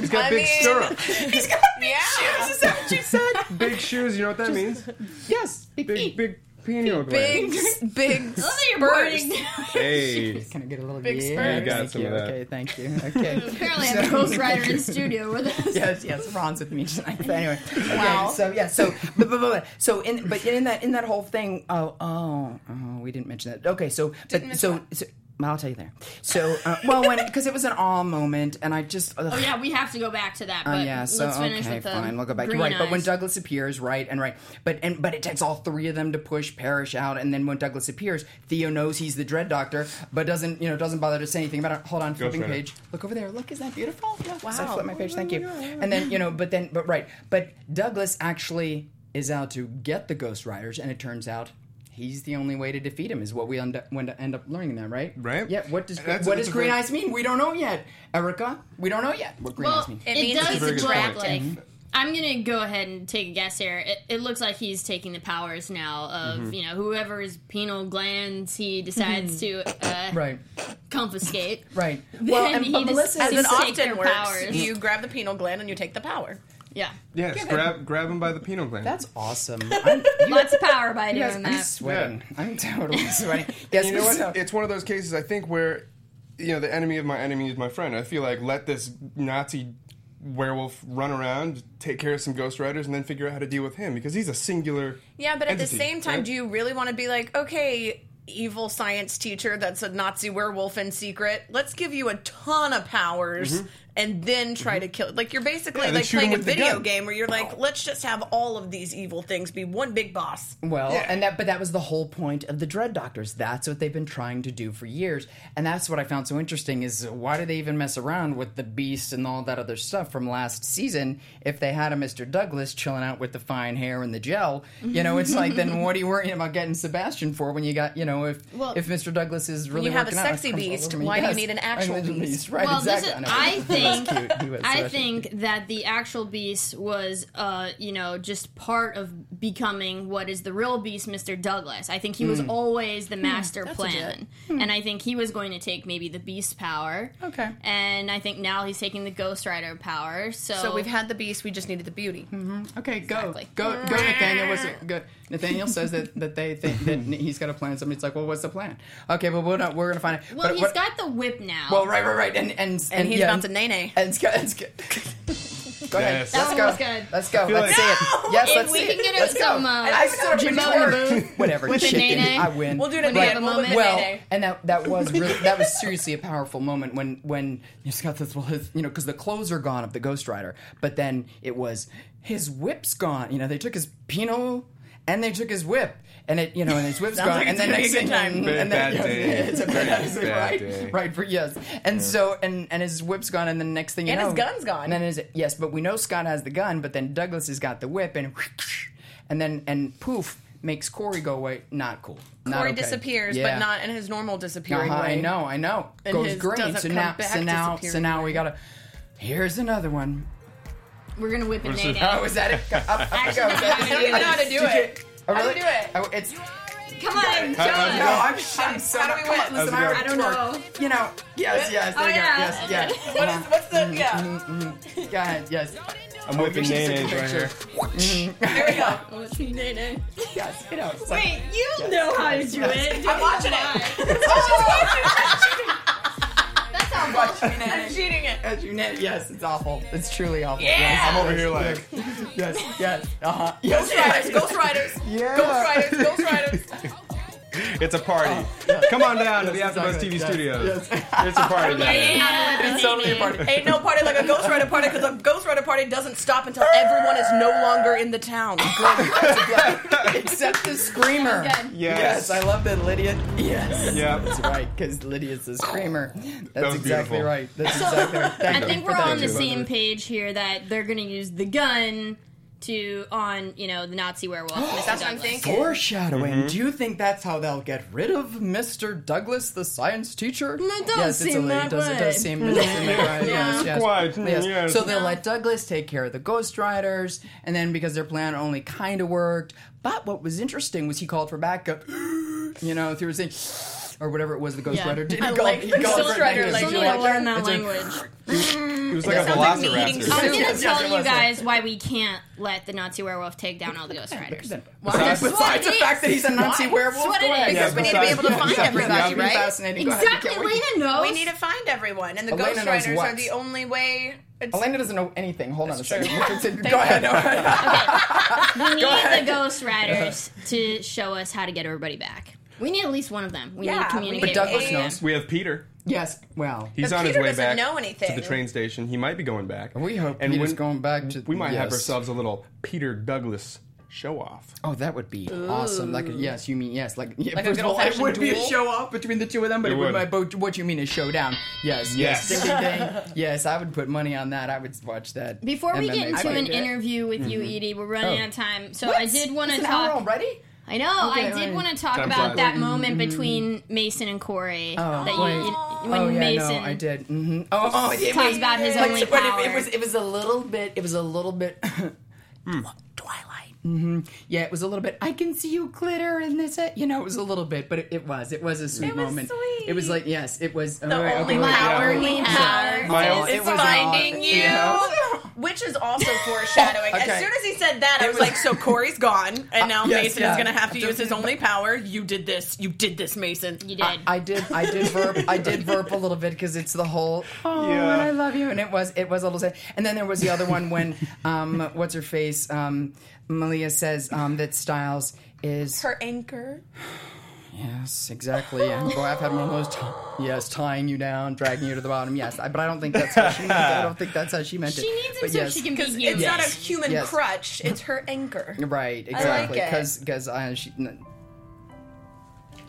S3: He's got
S5: I
S3: big
S5: mean-
S3: stirrups,
S6: He's got big
S5: Yeah.
S6: shoes. Is that what you said?
S3: big shoes. You know what that means?
S6: yes.
S3: Big, big pineal gland.
S5: Big, big
S4: Oh, You're
S5: spurs.
S4: burning.
S3: Hey,
S6: Can I get a little
S5: Big
S6: yeah,
S5: spurs.
S3: You got
S6: thank
S3: some
S6: you.
S3: of that.
S6: Okay, thank you. Okay.
S4: Apparently, I have a Ghost Rider in studio with us.
S6: yes, yes, Ron's with me tonight. But anyway, okay,
S5: Wow.
S6: so yeah, so but, but, but, so in but in that in that whole thing, oh oh, oh we didn't mention that. Okay, so but so, so well, I'll tell you there. So uh, well, when because it was an all moment, and I just ugh.
S4: Oh yeah, we have to go back to that.
S6: Oh
S4: But
S6: yeah, so
S4: let's finish
S6: okay,
S4: with um, the
S6: fine. We'll go back. You're
S4: green
S6: right, but when
S4: eyes.
S6: Douglas appears, right and right, but and but it takes all three of them to push Parrish out, and then when Douglas appears, Theo knows he's the Dread Doctor, but doesn't you know doesn't bother to say anything about it. Hold on, flipping
S3: Rider.
S6: page. Look over there. Look, is that beautiful? Yeah, wow. So I
S5: Wow.
S6: flip my page. Thank you. And then you know, but then but right, but Douglas actually is out to get the Ghost Riders, and it turns out. He's the only way to defeat him, is what we end up, when- end up learning that, right?
S3: Right.
S6: Yeah. What does
S3: That's-
S6: what
S3: that's
S6: does
S3: a
S6: green
S3: very-
S6: eyes mean? We don't know yet, Erica. We don't know yet what green
S4: well,
S6: eyes mean.
S4: it,
S5: means
S4: does
S5: he's a
S4: look
S3: good
S4: like.
S3: point.
S6: Mm-hmm.
S4: I'm gonna go ahead and take a guess here. It, it looks like he's taking the powers now of you know whoever's penal glands he decides to uh,
S6: Right.
S4: confiscate.
S6: Right.
S4: Then
S6: Well, and,
S4: he
S6: but
S4: just-
S6: Melissa
S4: as
S6: is
S5: As it
S4: Just take
S5: often
S4: their
S5: works,
S4: powers.
S5: you grab the penal gland and you take the power.
S4: Yeah,
S3: yes, grab, grab him by the penal gland.
S6: that's awesome. I'm, you
S4: lots of power by doing
S6: guys, I'm
S4: that.
S6: sweating. I'm totally sweating. Yes,
S3: you know
S6: so-
S3: what? It's one of those cases I think where you know the enemy of my enemy is my friend. I feel like let this Nazi werewolf run around, take care of some Ghost Riders, and then figure out how to deal with him because he's a singular.
S5: Yeah, but at
S3: entity,
S5: the same time,
S3: right?
S5: do you really want to be like, okay, evil science teacher that's a Nazi werewolf in secret? Let's give you a ton of powers and then try to kill it. Like you're basically
S6: Mm-hmm. Yeah, they
S5: like
S6: shoot 'em
S5: playing a
S6: with the
S5: video
S6: gun. Oh.
S5: game where you're like, let's just have all of these evil things be one big boss.
S6: Well, and that but that was the whole point of the Dread Doctors. That's what they've been trying to do for years, and that's what I found so interesting is why did they even mess around with the Beast and all that other stuff from last season if they had a Mr. Douglas chilling out with the fine hair and the gel? You know, it's like then what are you worrying about getting Sebastian for when you got you know if
S5: Well,
S6: if Mr. Douglas is
S5: when
S6: really
S5: you have a
S6: working out,
S5: sexy
S6: it comes all
S5: beast,
S6: over me.
S5: why do you
S6: Yes,
S5: need an
S6: I
S5: actual
S6: need a
S5: beast?
S6: Right,
S4: well,
S6: exactly.
S4: this is.
S6: know.
S4: I
S6: He was
S4: think.
S6: cute. He was
S4: I
S6: Sebastian.
S4: think that the actual beast was, uh, you know, just part of becoming what is the real beast, Mister Douglas. I think he was
S5: Hmm.
S4: always the
S5: Hmm,
S4: master
S5: that's
S4: plan,
S5: legit. Hmm.
S4: and I think he was going to take maybe the beast power.
S5: Okay.
S4: And I think now he's taking the Ghost Rider power. So,
S5: So we've had the beast, we just needed the beauty.
S6: Mm-hmm. Okay, go. Go, go Nathaniel was good. Nathaniel says that, that they think that he's got a plan. Somebody's like, well, what's the plan? Okay, but we're not. We're gonna find it.
S4: Well,
S6: but,
S4: he's
S6: what-
S4: got the whip now.
S6: Well, right, right, right, and and
S4: And he's about to
S5: nay-nay.
S6: And it's, go- it's, go- go ahead.
S4: Yes. That
S6: Let's
S4: one
S6: go.
S4: was good.
S6: Let's go.
S4: I feel
S6: Let's
S4: like-
S6: see
S4: No!
S6: it. Yes,
S4: If
S6: let's
S4: we
S6: see
S4: can
S6: it.
S4: get it
S6: let's go.
S4: some, uh,
S6: I stood up
S4: Jimbo
S6: for
S4: and Boo.
S6: whatever.
S4: With a
S6: chicken.
S4: nay-nay.
S6: I win.
S4: We'll do it at the end. We'll do it at the
S6: Well,
S4: nay-nay.
S6: and that that was really, that was seriously a powerful moment when when you just got this well, his, you know because the clothes are gone of the Ghost Rider, but then it was his whip's gone. You know they took his Pinot and they took his whip. And it, you know, and his whip's
S5: Sounds
S6: gone,
S5: like
S6: and
S5: it's
S6: then
S5: gonna
S6: next
S5: be a
S6: thing,
S5: good time.
S6: and
S5: Very
S6: then
S5: bad day.
S6: it's a bad,
S5: Very
S6: day,
S5: bad
S6: right?
S5: day.
S6: right for yes. And so, and and his whip's gone, and then next thing you
S5: And
S6: know,
S5: his gun's gone.
S6: And then his yes, but we know Scott has the gun, but then Douglas has got the whip, and and then and poof makes Corey go away. Not cool. Not
S5: Corey
S6: okay.
S5: disappears,
S6: Yeah.
S5: but not in his normal disappearing
S6: Uh-huh,
S5: way.
S6: I know, I know.
S5: And
S6: Goes
S5: his
S6: great.
S5: doesn't
S6: So
S5: come
S6: now,
S5: back
S6: so now, so
S5: disappearing
S6: now we gotta. Here's another one.
S4: we're gonna whip it.
S6: Where's
S4: Nene.
S6: it? Oh, is that it? Go- up- up we go. Is that
S4: I
S6: it?
S4: don't even know how to do
S6: Did you-
S4: it.
S6: Oh,
S4: How to
S6: really?
S4: do it?
S6: Oh, it's.
S4: Come on,
S6: How-
S4: John.
S6: how's it going? No, I'm sh- I'm so
S5: How do
S6: not-
S5: we
S6: come
S5: win?
S6: on, listen, I-
S5: How's it going?
S6: I
S5: don't
S6: know. You know, yes, yes,
S5: Oh,
S6: there you go,
S5: yeah.
S6: yes, yes.
S5: What is- what's the-
S6: Mhm,
S5: yeah.
S6: mhm, mhm. Go ahead, yes.
S3: I'm
S6: Oh,
S3: whipping
S6: you should
S3: Nene
S6: take a
S3: right here.
S6: picture. Mhm.
S5: There we go.
S6: Yes, you know. it's like-
S4: Wait, you
S6: Yes,
S4: know how to
S6: yes,
S4: do
S6: yes.
S4: it.
S5: I'm watching
S4: it.
S6: That's
S4: how
S5: I'm cheating it.
S6: As you net, yes, it's awful. It's truly awful.
S5: Yeah!
S6: Yes,
S5: I'm over
S6: yes,
S5: here
S6: yes. yes, yes, uh huh.
S5: Ghost Riders, Ghost Riders,
S6: Yeah.
S5: Ghost Riders, Ghost Riders.
S3: It's a party. Come on down to the AfterBuzz
S6: exactly.
S3: TV
S6: Yes,
S3: studios. It's a party. down there.
S5: It's totally a party. Ain't no party like a Ghost Rider party because a Ghost Rider party doesn't stop until everyone is no longer in the town.
S6: Except the screamer.
S5: Yes.
S6: I love that Lydia. Yes.
S3: Yeah.
S6: That's right, because Lydia's the screamer. That's
S3: was
S6: exactly
S3: beautiful.
S6: right. That's exactly right. Thank
S4: I
S6: you
S4: think
S6: for
S4: we're
S6: that,
S4: on the
S6: Jill.
S4: same page here that they're going to use the gun to on you know the Nazi werewolf. Mr.
S5: That's what I'm
S4: Douglas.
S5: thinking.
S6: Foreshadowing. Do you think that's how they'll get rid of Mr. Douglas, the science teacher? No,
S4: it does
S6: yes, it's a
S4: seem
S6: lady.
S4: that
S6: It does, it
S4: way.
S6: does seem, it does seem that way. Yes, yes.
S3: Quite, mm,
S6: Yes.
S3: yes.
S6: So they'll let Douglas take care of the Ghost Riders, and then because their plan only kind of worked. But what was interesting was he called for backup, you know, through his thing, or whatever it was the Ghost
S4: Yeah.
S6: Rider did.
S4: I
S6: He called-
S4: like
S6: he
S4: the
S6: called
S4: Ghost
S6: for it.
S4: Rider
S6: Yes,
S4: language.
S6: it's
S4: Still need to
S6: like-
S4: learn that
S6: it's a-
S4: language.
S3: It was
S6: It
S3: like a
S6: sounds like me
S3: velociraptor. Oh,
S6: eating
S4: I'm
S6: Yes,
S4: going
S6: yes,
S4: to
S6: yes, it
S4: tell you
S6: was like-
S4: guys why we can't let the Nazi werewolf take down all the Ghost Riders.
S6: Besides, besides the fact that he's a Nazi
S4: Why?
S6: werewolf,
S4: That's what it
S6: go ahead.
S4: is.
S5: Because we need to be able to
S6: Yeah,
S5: find
S6: exactly.
S5: everybody,
S6: That'd be
S5: right?
S6: fascinating. Go ahead.
S4: Exactly,
S6: Can't wait.
S4: Lena knows.
S5: We need to find everyone, and the
S6: Elena
S5: Ghost
S6: knows
S5: Riders are
S6: what?
S5: the only way. It's,
S6: Elena doesn't know anything. Hold on a
S5: true.
S6: second. Go ahead.
S4: We need
S6: ahead.
S4: the Ghost Riders to show us how to get everybody back. We need at least one of them. We need to
S5: Yeah, we
S4: communicate.
S5: need
S6: But Douglas
S5: And-
S6: knows.
S3: We have Peter.
S6: Yes. Well,
S3: He's
S5: But
S3: on
S5: Peter
S3: his way
S5: doesn't
S3: back
S5: know anything.
S3: to the train station. He might be going back.
S6: we hope
S3: And
S6: and Peter's
S3: when-
S6: going back to.
S3: We might have
S6: yes.
S3: ourselves a little Peter Douglas show off.
S6: Oh, that would be awesome. Like, yes, you mean yes. Like, yeah,
S5: Like a
S6: first
S5: good
S6: of all, it
S5: old-fashioned
S6: would be a
S5: duel?
S6: show off between the two of them, but
S3: It
S6: it would.
S3: would.
S6: my boat. What you mean is showdown? Yes,
S3: Yes.
S6: yes, ding, ding, ding. yes. I would put money on that. I would watch that.
S4: Before we
S6: MMA
S4: get into
S6: fight.
S4: an interview with you, Edie, we're running
S6: Oh.
S4: out of time. So
S6: What?
S4: I did want to
S6: It's an
S4: talk.
S6: hour already.
S4: I know.
S6: Okay,
S4: I did
S6: right.
S4: want to talk
S3: Time
S4: about
S3: flies.
S4: that moment between Mason and Corey.
S6: Oh,
S4: that
S6: wait.
S4: you, when
S6: oh yeah,
S4: Mason
S6: no, I did. hmm Oh, oh, yeah,
S4: talks
S6: wait.
S4: about his
S6: But-
S4: only
S6: but
S4: power.
S6: It, it was it was a little bit. It was a little bit. Twilight. hmm Yeah, it was a little bit. I can see you glitter in this. uh," You know, it was a little bit, but it, it was. It was a sweet
S5: was
S6: moment.
S5: sweet.
S6: It was like yes, it was the
S5: only
S4: power we have
S3: My own-
S5: is
S6: it was an
S5: finding
S6: odd-
S5: you,
S6: yeah.
S5: which is also foreshadowing. As
S6: Okay.
S5: soon as he said that, I was, like, "So Corey's gone, and now
S6: Uh, yes,
S5: Mason is
S6: yeah.
S5: going to have to use his only power. You did this. You did this, Mason.
S4: you did.
S6: I did. I did verb. I did verb a little bit because it's the whole. Oh,
S3: Yeah.
S6: and I love you, and it was it was a little sad. And then there was the other one when, um, what's her face? Um, Malia says um, that Styles is
S5: Her anchor.
S6: Yes, exactly. And boy, I've had one of those. T- yes, tying you down, dragging you to the bottom. Yes, I, but I don't think that's how she meant it. I don't think that's how she meant it.
S5: She needs him
S6: But
S5: so
S6: yes.
S5: she can be human. It's not a
S6: Yes,
S5: human
S6: yes.
S5: crutch. It's her anchor.
S6: Right,
S5: I like
S6: exactly.
S5: it.
S6: Because because I she, n-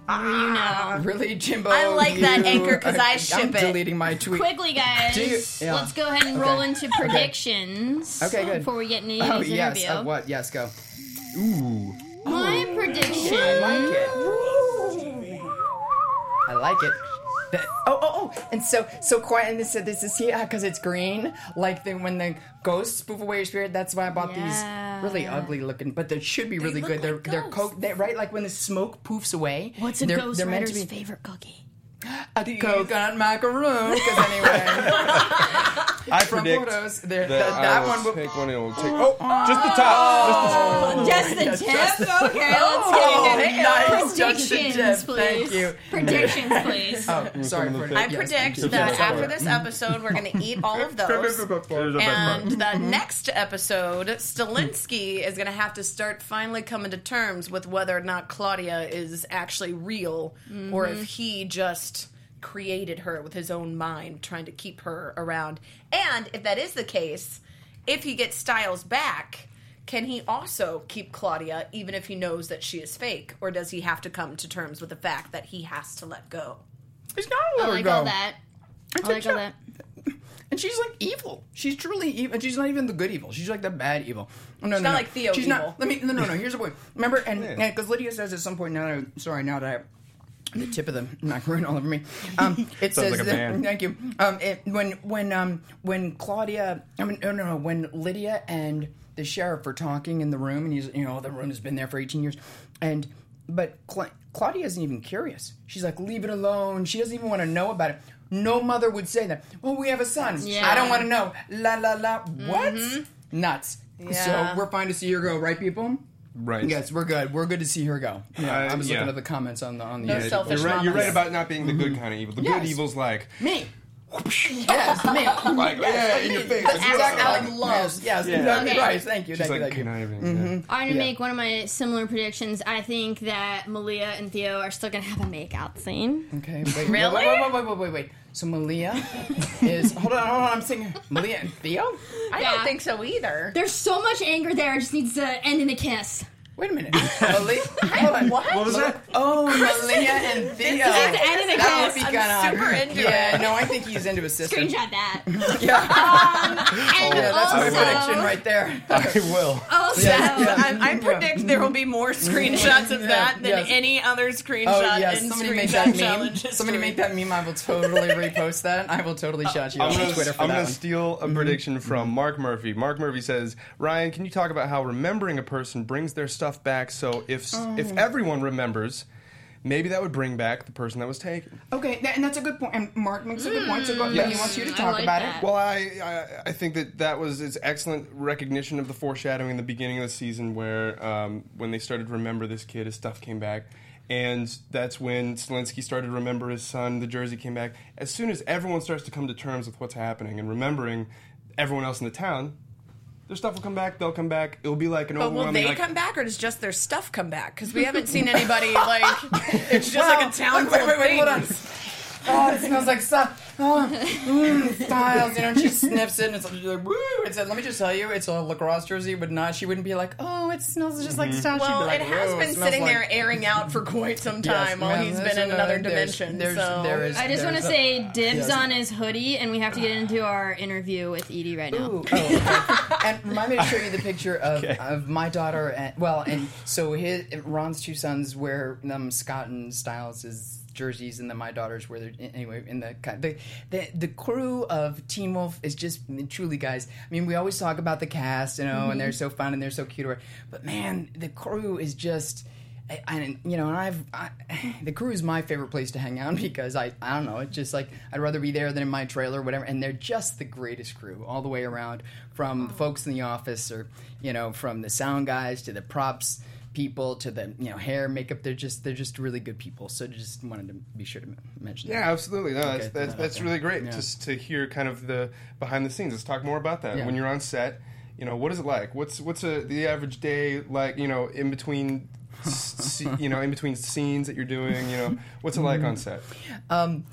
S6: Ah,
S5: You know.
S6: really Jimbo.
S5: I like that
S6: you-
S5: anchor 'cause I
S6: I'm
S5: ship it.
S6: Deleting my tweet.
S4: Quickly, guys,
S6: Do you- yeah.
S4: let's go ahead and roll
S6: Okay.
S4: into
S6: Okay.
S4: predictions.
S6: Okay, good.
S4: Before we get into
S6: Oh
S4: today's
S6: yes,
S4: interview.
S6: of what? Yes, go. Ooh,
S4: My prediction.
S6: I like it. I like it. The- oh, oh, oh! And so, so quiet. And this, this is yeah, because it's green. Like the, when the ghosts spoof away your spirit. That's why I bought these really ugly looking, but they should be really good. They're they're co- they, right. Like when the smoke poofs away.
S5: What's a
S6: they're,
S5: Ghost
S6: they're meant to
S5: Rider's
S6: be-
S5: favorite cookie?
S6: A coconut macaroon. Because anyway,
S3: I
S6: From
S3: predict
S6: Porto's,
S3: that,
S6: there- that-
S3: I
S6: that
S3: will
S6: one will-
S3: take one and will take. Oh, just the top.
S5: Oh.
S3: Just the
S5: Just the
S3: top.
S5: tip? Oh, Okay,
S4: let's get into
S6: nice, just
S4: predictions,
S6: the tip. Thank
S4: please.
S6: you.
S4: Predictions, please.
S6: Oh, sorry.
S3: Some of
S6: For,
S3: the
S5: I
S6: yes, thank
S5: predict
S6: you.
S5: that after
S6: Sorry.
S5: this episode, we're going to eat all of those. And
S3: And
S6: Mm-hmm.
S5: the next episode, Stalinsky is going to have to start finally coming to terms with whether or not Claudia is actually real or if
S6: Mm-hmm.
S4: Mhm.
S5: he just created her with his own mind, trying to keep her around. And if that is the case, if he gets Styles back, can he also keep Claudia even if he knows that she is fake? Or does he have to come to terms with the fact that he has to let go?
S6: He's not
S4: I
S6: let her
S4: like
S6: go.
S4: all that. I like all that.
S6: And she's like evil. She's truly evil. And she's not even the good evil. She's like the bad evil. No, no,
S5: She's not
S6: no.
S5: like Theo
S6: She's
S5: evil.
S6: not. Let me. No, no, no. Here's the point. Remember, and because Lydia says at some point now. That I, sorry, now that I the tip of the macaroon all over me. Um, it
S3: Sounds
S6: says
S3: like a
S6: that-
S3: band.
S6: thank you. Um, it, when when um when Claudia, I mean, no, no, no. When Lydia and the sheriff are talking in the room, and he's you know the room has been there for eighteen years, and but Cla- Claudia isn't even curious. She's like, leave it alone. She doesn't even want to know about it. No mother would say that. Well, we have a son.
S5: Yeah. Mm-hmm.
S6: I don't want to know. La la la. What? Nuts.
S5: Yeah.
S6: So we're fine to see her go, right, people?
S3: Right.
S6: Yes, we're good. We're good to see her go. Yeah,
S3: Uh,
S6: I was
S3: yeah.
S6: looking at the comments on the on the
S5: No
S6: YouTube.
S5: selfish
S3: You're right, you're right
S5: mamas.
S3: about not being the
S6: Mm-hmm.
S3: good kind of evil. The
S6: Yes.
S3: good evil's like,
S6: me. yes, me.
S3: like yeah, in your face.
S6: That's
S3: like,
S6: exactly
S3: yeah.
S6: like love. Yes,
S3: Yeah.
S6: exactly
S4: Okay.
S6: right. Thank you.
S3: She's
S6: Thank you.
S3: like
S6: Thank you. Mm-hmm.
S3: conniving.
S4: I'm gonna
S6: Yeah.
S4: make one of my similar predictions. I think that Malia and Theo are still gonna have a makeout scene.
S6: Okay. Wait,
S4: Really?
S6: Wait, wait, wait, wait, wait, wait, wait. So Malia is. Hold on, hold on. I'm saying Malia and Theo.
S5: I
S4: Yeah.
S5: don't think so either.
S4: There's so much anger there. It just needs to end in a kiss.
S6: Wait a minute. Malia. Hold on.
S5: What?
S3: What was that?
S6: Oh, Malia and Theo.
S4: Just end in a
S6: That would
S4: kiss.
S6: be
S5: I'm
S6: kind of.
S5: super into
S6: yeah.
S5: it.
S6: No, I think he's into his sister.
S4: Screenshot that.
S6: Oh, Yeah,
S4: And
S6: that's my
S5: Oh.
S4: also,
S6: prediction right there.
S3: I will.
S4: also,
S5: I, I predict there will be more screenshots of
S6: Yeah,
S5: that than
S6: yes.
S5: any other screenshot
S6: Oh yes,
S5: in
S6: somebody
S5: screenshot
S6: make that meme.
S5: challenge
S6: Somebody
S5: history.
S6: make that meme. I will totally repost that. I will totally
S5: Oh.
S6: shout you out
S3: I'm
S6: on
S3: gonna,
S6: Twitter for
S3: I'm
S6: that
S3: gonna
S6: one. Mm-hmm.
S3: steal a prediction from Mark Murphy. Mark Murphy says, "Ryan, can you talk about how remembering a person brings their stuff back? So if if
S6: Oh.
S3: everyone remembers, maybe that would bring back the person that was taken."
S6: Okay, that, and that's a good point. And Mark makes a good point. So go ahead.
S3: Yes.
S6: He wants you to
S4: I
S6: talk
S4: like
S6: about
S4: that.
S6: it.
S3: Well, I, I I think that that was its excellent recognition of the foreshadowing in the beginning of the season, where um, when they started to remember this kid, his stuff came back, and that's when Zelensky started to remember his son. The jersey came back. As soon as everyone starts to come to terms with what's happening and remembering everyone else in the town, their stuff will come back. They'll come back. It'll be like an
S5: But will
S3: overwhelming.
S5: they
S3: like,
S5: come back, or does just their stuff come back? Because we haven't seen anybody like it's just like a town
S6: Wait,
S5: full
S6: wait,
S5: of
S6: wait, hold on.
S5: things.
S6: Oh, it smells like stuff. Oh, mm, styles, you know. And she sniffs it, and it's like, woo. It's a, let me just tell you, it's a lacrosse jersey, but not. She wouldn't be like, oh, it smells just like stuff. She'd
S5: Well,
S6: be like,
S5: it has
S6: whoa,
S5: been
S6: smells
S5: sitting
S6: like-
S5: there airing out for quite some
S6: Yes,
S5: time while
S6: ma'am,
S5: he's
S6: there's
S5: been in another
S6: there's-
S5: dimension.
S6: There's,
S5: so
S6: there is.
S4: I just want to
S6: there's-
S4: say dibs
S6: Yes.
S4: on his hoodie, and we have to get into our interview with Edie right now.
S6: Ooh, oh, okay. and remind me to show you the picture of, of my daughter and well, and so his Ron's two sons wear um, Scott and Styles' jerseys, and then my daughters wear their anyway. In the kind- the the, the crew of Teen Wolf is just truly guys. I mean, we always talk about the cast, you know, and they're so fun and they're so cute, or- but man, the crew is just. I, I- you know, and I've I, the crew is my favorite place to hang out because I I don't know. It's just like I'd rather be there than in my trailer, or whatever. And they're just the greatest crew all the way around, from the folks in the office, or you know, from the sound guys to the props people to the you know hair makeup. They're just they're just really good people. So just wanted to be sure to m- mention.
S3: Yeah, absolutely. No,
S6: Okay,
S3: that's that's,
S6: throw that out
S3: that's
S6: there.
S3: really great.
S6: Yeah.
S3: Just to hear kind of the behind the scenes. Let's talk more about that.
S6: Yeah.
S3: When uh, you're on set, you know, what is it like? What's what's a, the average day like? You know, in between s- s- you know, in between scenes that you're doing? You know, what's it like on set?
S6: Um,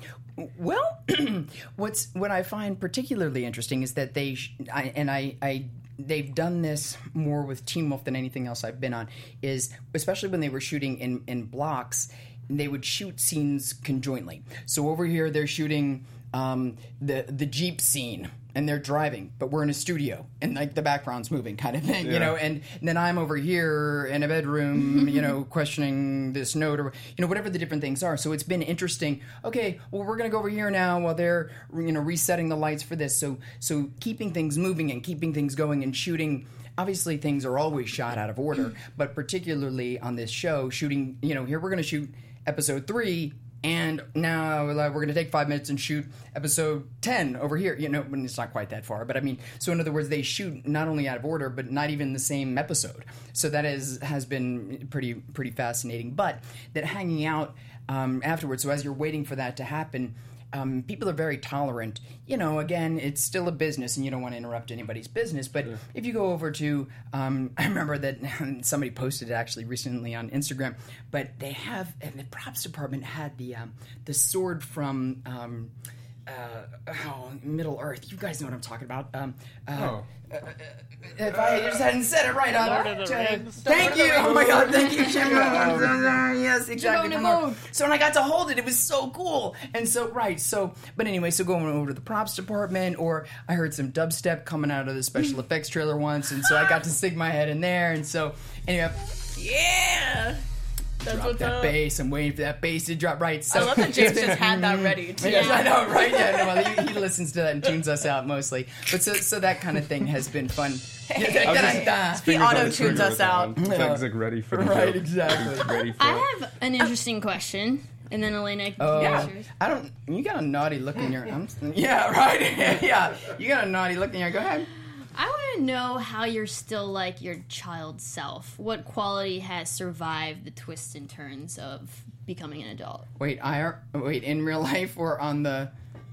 S6: well, what's what I find particularly interesting is that they sh- I, and I, I they've done this more with Team Wolf than anything else I've been on is especially when they were shooting in in blocks, they would shoot scenes conjointly. So over here they're shooting um, the the jeep scene and they're driving, but we're in a studio and like the background's moving kind of thing, you
S11: Yeah.
S6: know. And then I'm over here in a bedroom, you know, questioning this note or you know whatever the different things are. So it's been interesting. Okay, well we're gonna go over here now while they're you know resetting the lights for this. So so keeping things moving and keeping things going and shooting. Obviously, things are always shot out of order, but particularly on this show, shooting. You know, here we're gonna shoot episode three and now like, we're going to take five minutes and shoot episode 10 over here you know when it's not quite that far but i mean so in other words they shoot not only out of order but not even the same episode so that is has been pretty pretty fascinating but that hanging out um, afterwards so as you're waiting for that to happen um, people are very tolerant. You know, again, it's still a business, and you don't want to interrupt anybody's business. But if you go over to, um, I remember that somebody posted it actually recently on Instagram. But they have, and the props department had the um, the sword from. Um, uh, oh, Middle Earth. You guys know what I'm talking about. Um,
S3: Oh,
S6: uh, If I just hadn't said it right,
S10: Lord
S6: I
S10: of the
S6: uh,
S10: Rings.
S6: Thank
S10: Lord
S6: you.
S10: of the
S6: Oh my God,
S10: Rings.
S6: thank you, Jim.
S10: Yeah.
S6: yes, exactly.
S10: Jerome
S6: from Lord- So when I got to hold it, it was so cool. And so right, so but anyway, so going over to the props department, or I heard some dubstep coming out of the special effects trailer once, and so I got to stick my head in there. And so anyway,
S5: Yeah. That's
S6: drop
S5: what's
S6: that
S5: up.
S6: bass. I'm waiting for that bass to drop right. So
S5: I love that James just had that ready. Too.
S6: Yes, I know, right? Yeah, no, well, he, he listens to that and tunes us out mostly. But so, so that kind of thing has been fun.
S5: I was just-
S6: Da-da-da.
S5: He auto-tunes us out.
S3: It's like,
S6: Yeah.
S3: it's like ready for the
S6: Right,
S3: joke.
S6: exactly.
S3: It's ready for it.
S4: I have an interesting question, and then Elena.
S6: Oh,
S4: yeah.
S6: I don't. You got a naughty look in your. I'm, yeah, right. yeah, you got a naughty look in your. Go ahead.
S4: I want to know how you're still like your child self. What quality has survived the twists and turns of becoming an adult?
S6: Wait, I wait in real life or on the.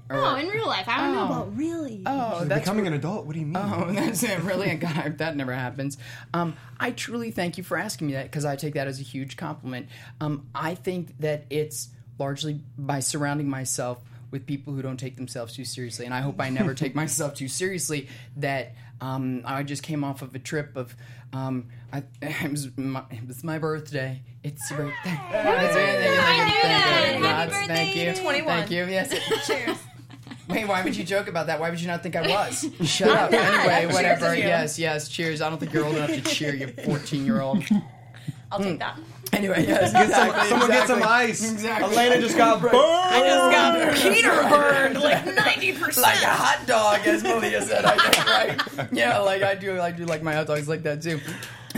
S6: Or,
S4: No, in real life. I don't know
S6: Oh.
S4: about really.
S6: Oh, that's
S3: becoming an adult. What do you mean?
S6: Oh, that's it. Really, God, that never happens. Um, I truly thank you for asking me that because I take that as a huge compliment. Um, I think that it's largely by surrounding myself with people who don't take themselves too seriously, and I hope I never take myself too seriously. That um, I just came off of a trip of. Um, I, it, was my, it was my birthday. It's your birthday. It's your birthday.
S10: I knew that. Happy
S6: Thank you. Lots.
S10: birthday.
S6: Thank you.
S10: 21.
S6: Thank you. Yes.
S5: Cheers.
S6: Wait, why would you joke about that? Why would you not think I was? Shut
S10: I'm
S6: up.
S10: not.
S6: Anyway,
S10: Cheers
S6: whatever.
S10: to you.
S6: Yes, yes. Cheers. I don't think you're old enough to cheer, you 14 year old.
S5: I'll take that.
S6: Anyway, yes.
S3: Get some-
S6: exactly,
S3: someone get some
S6: exactly.
S3: ice.
S6: Exactly.
S3: Elena just got burned.
S6: I just got
S5: Peter burned like ninety percent.
S6: like a hot dog, as Malia said. I think, right? Yeah, like I do. I do like my hot dogs like that too.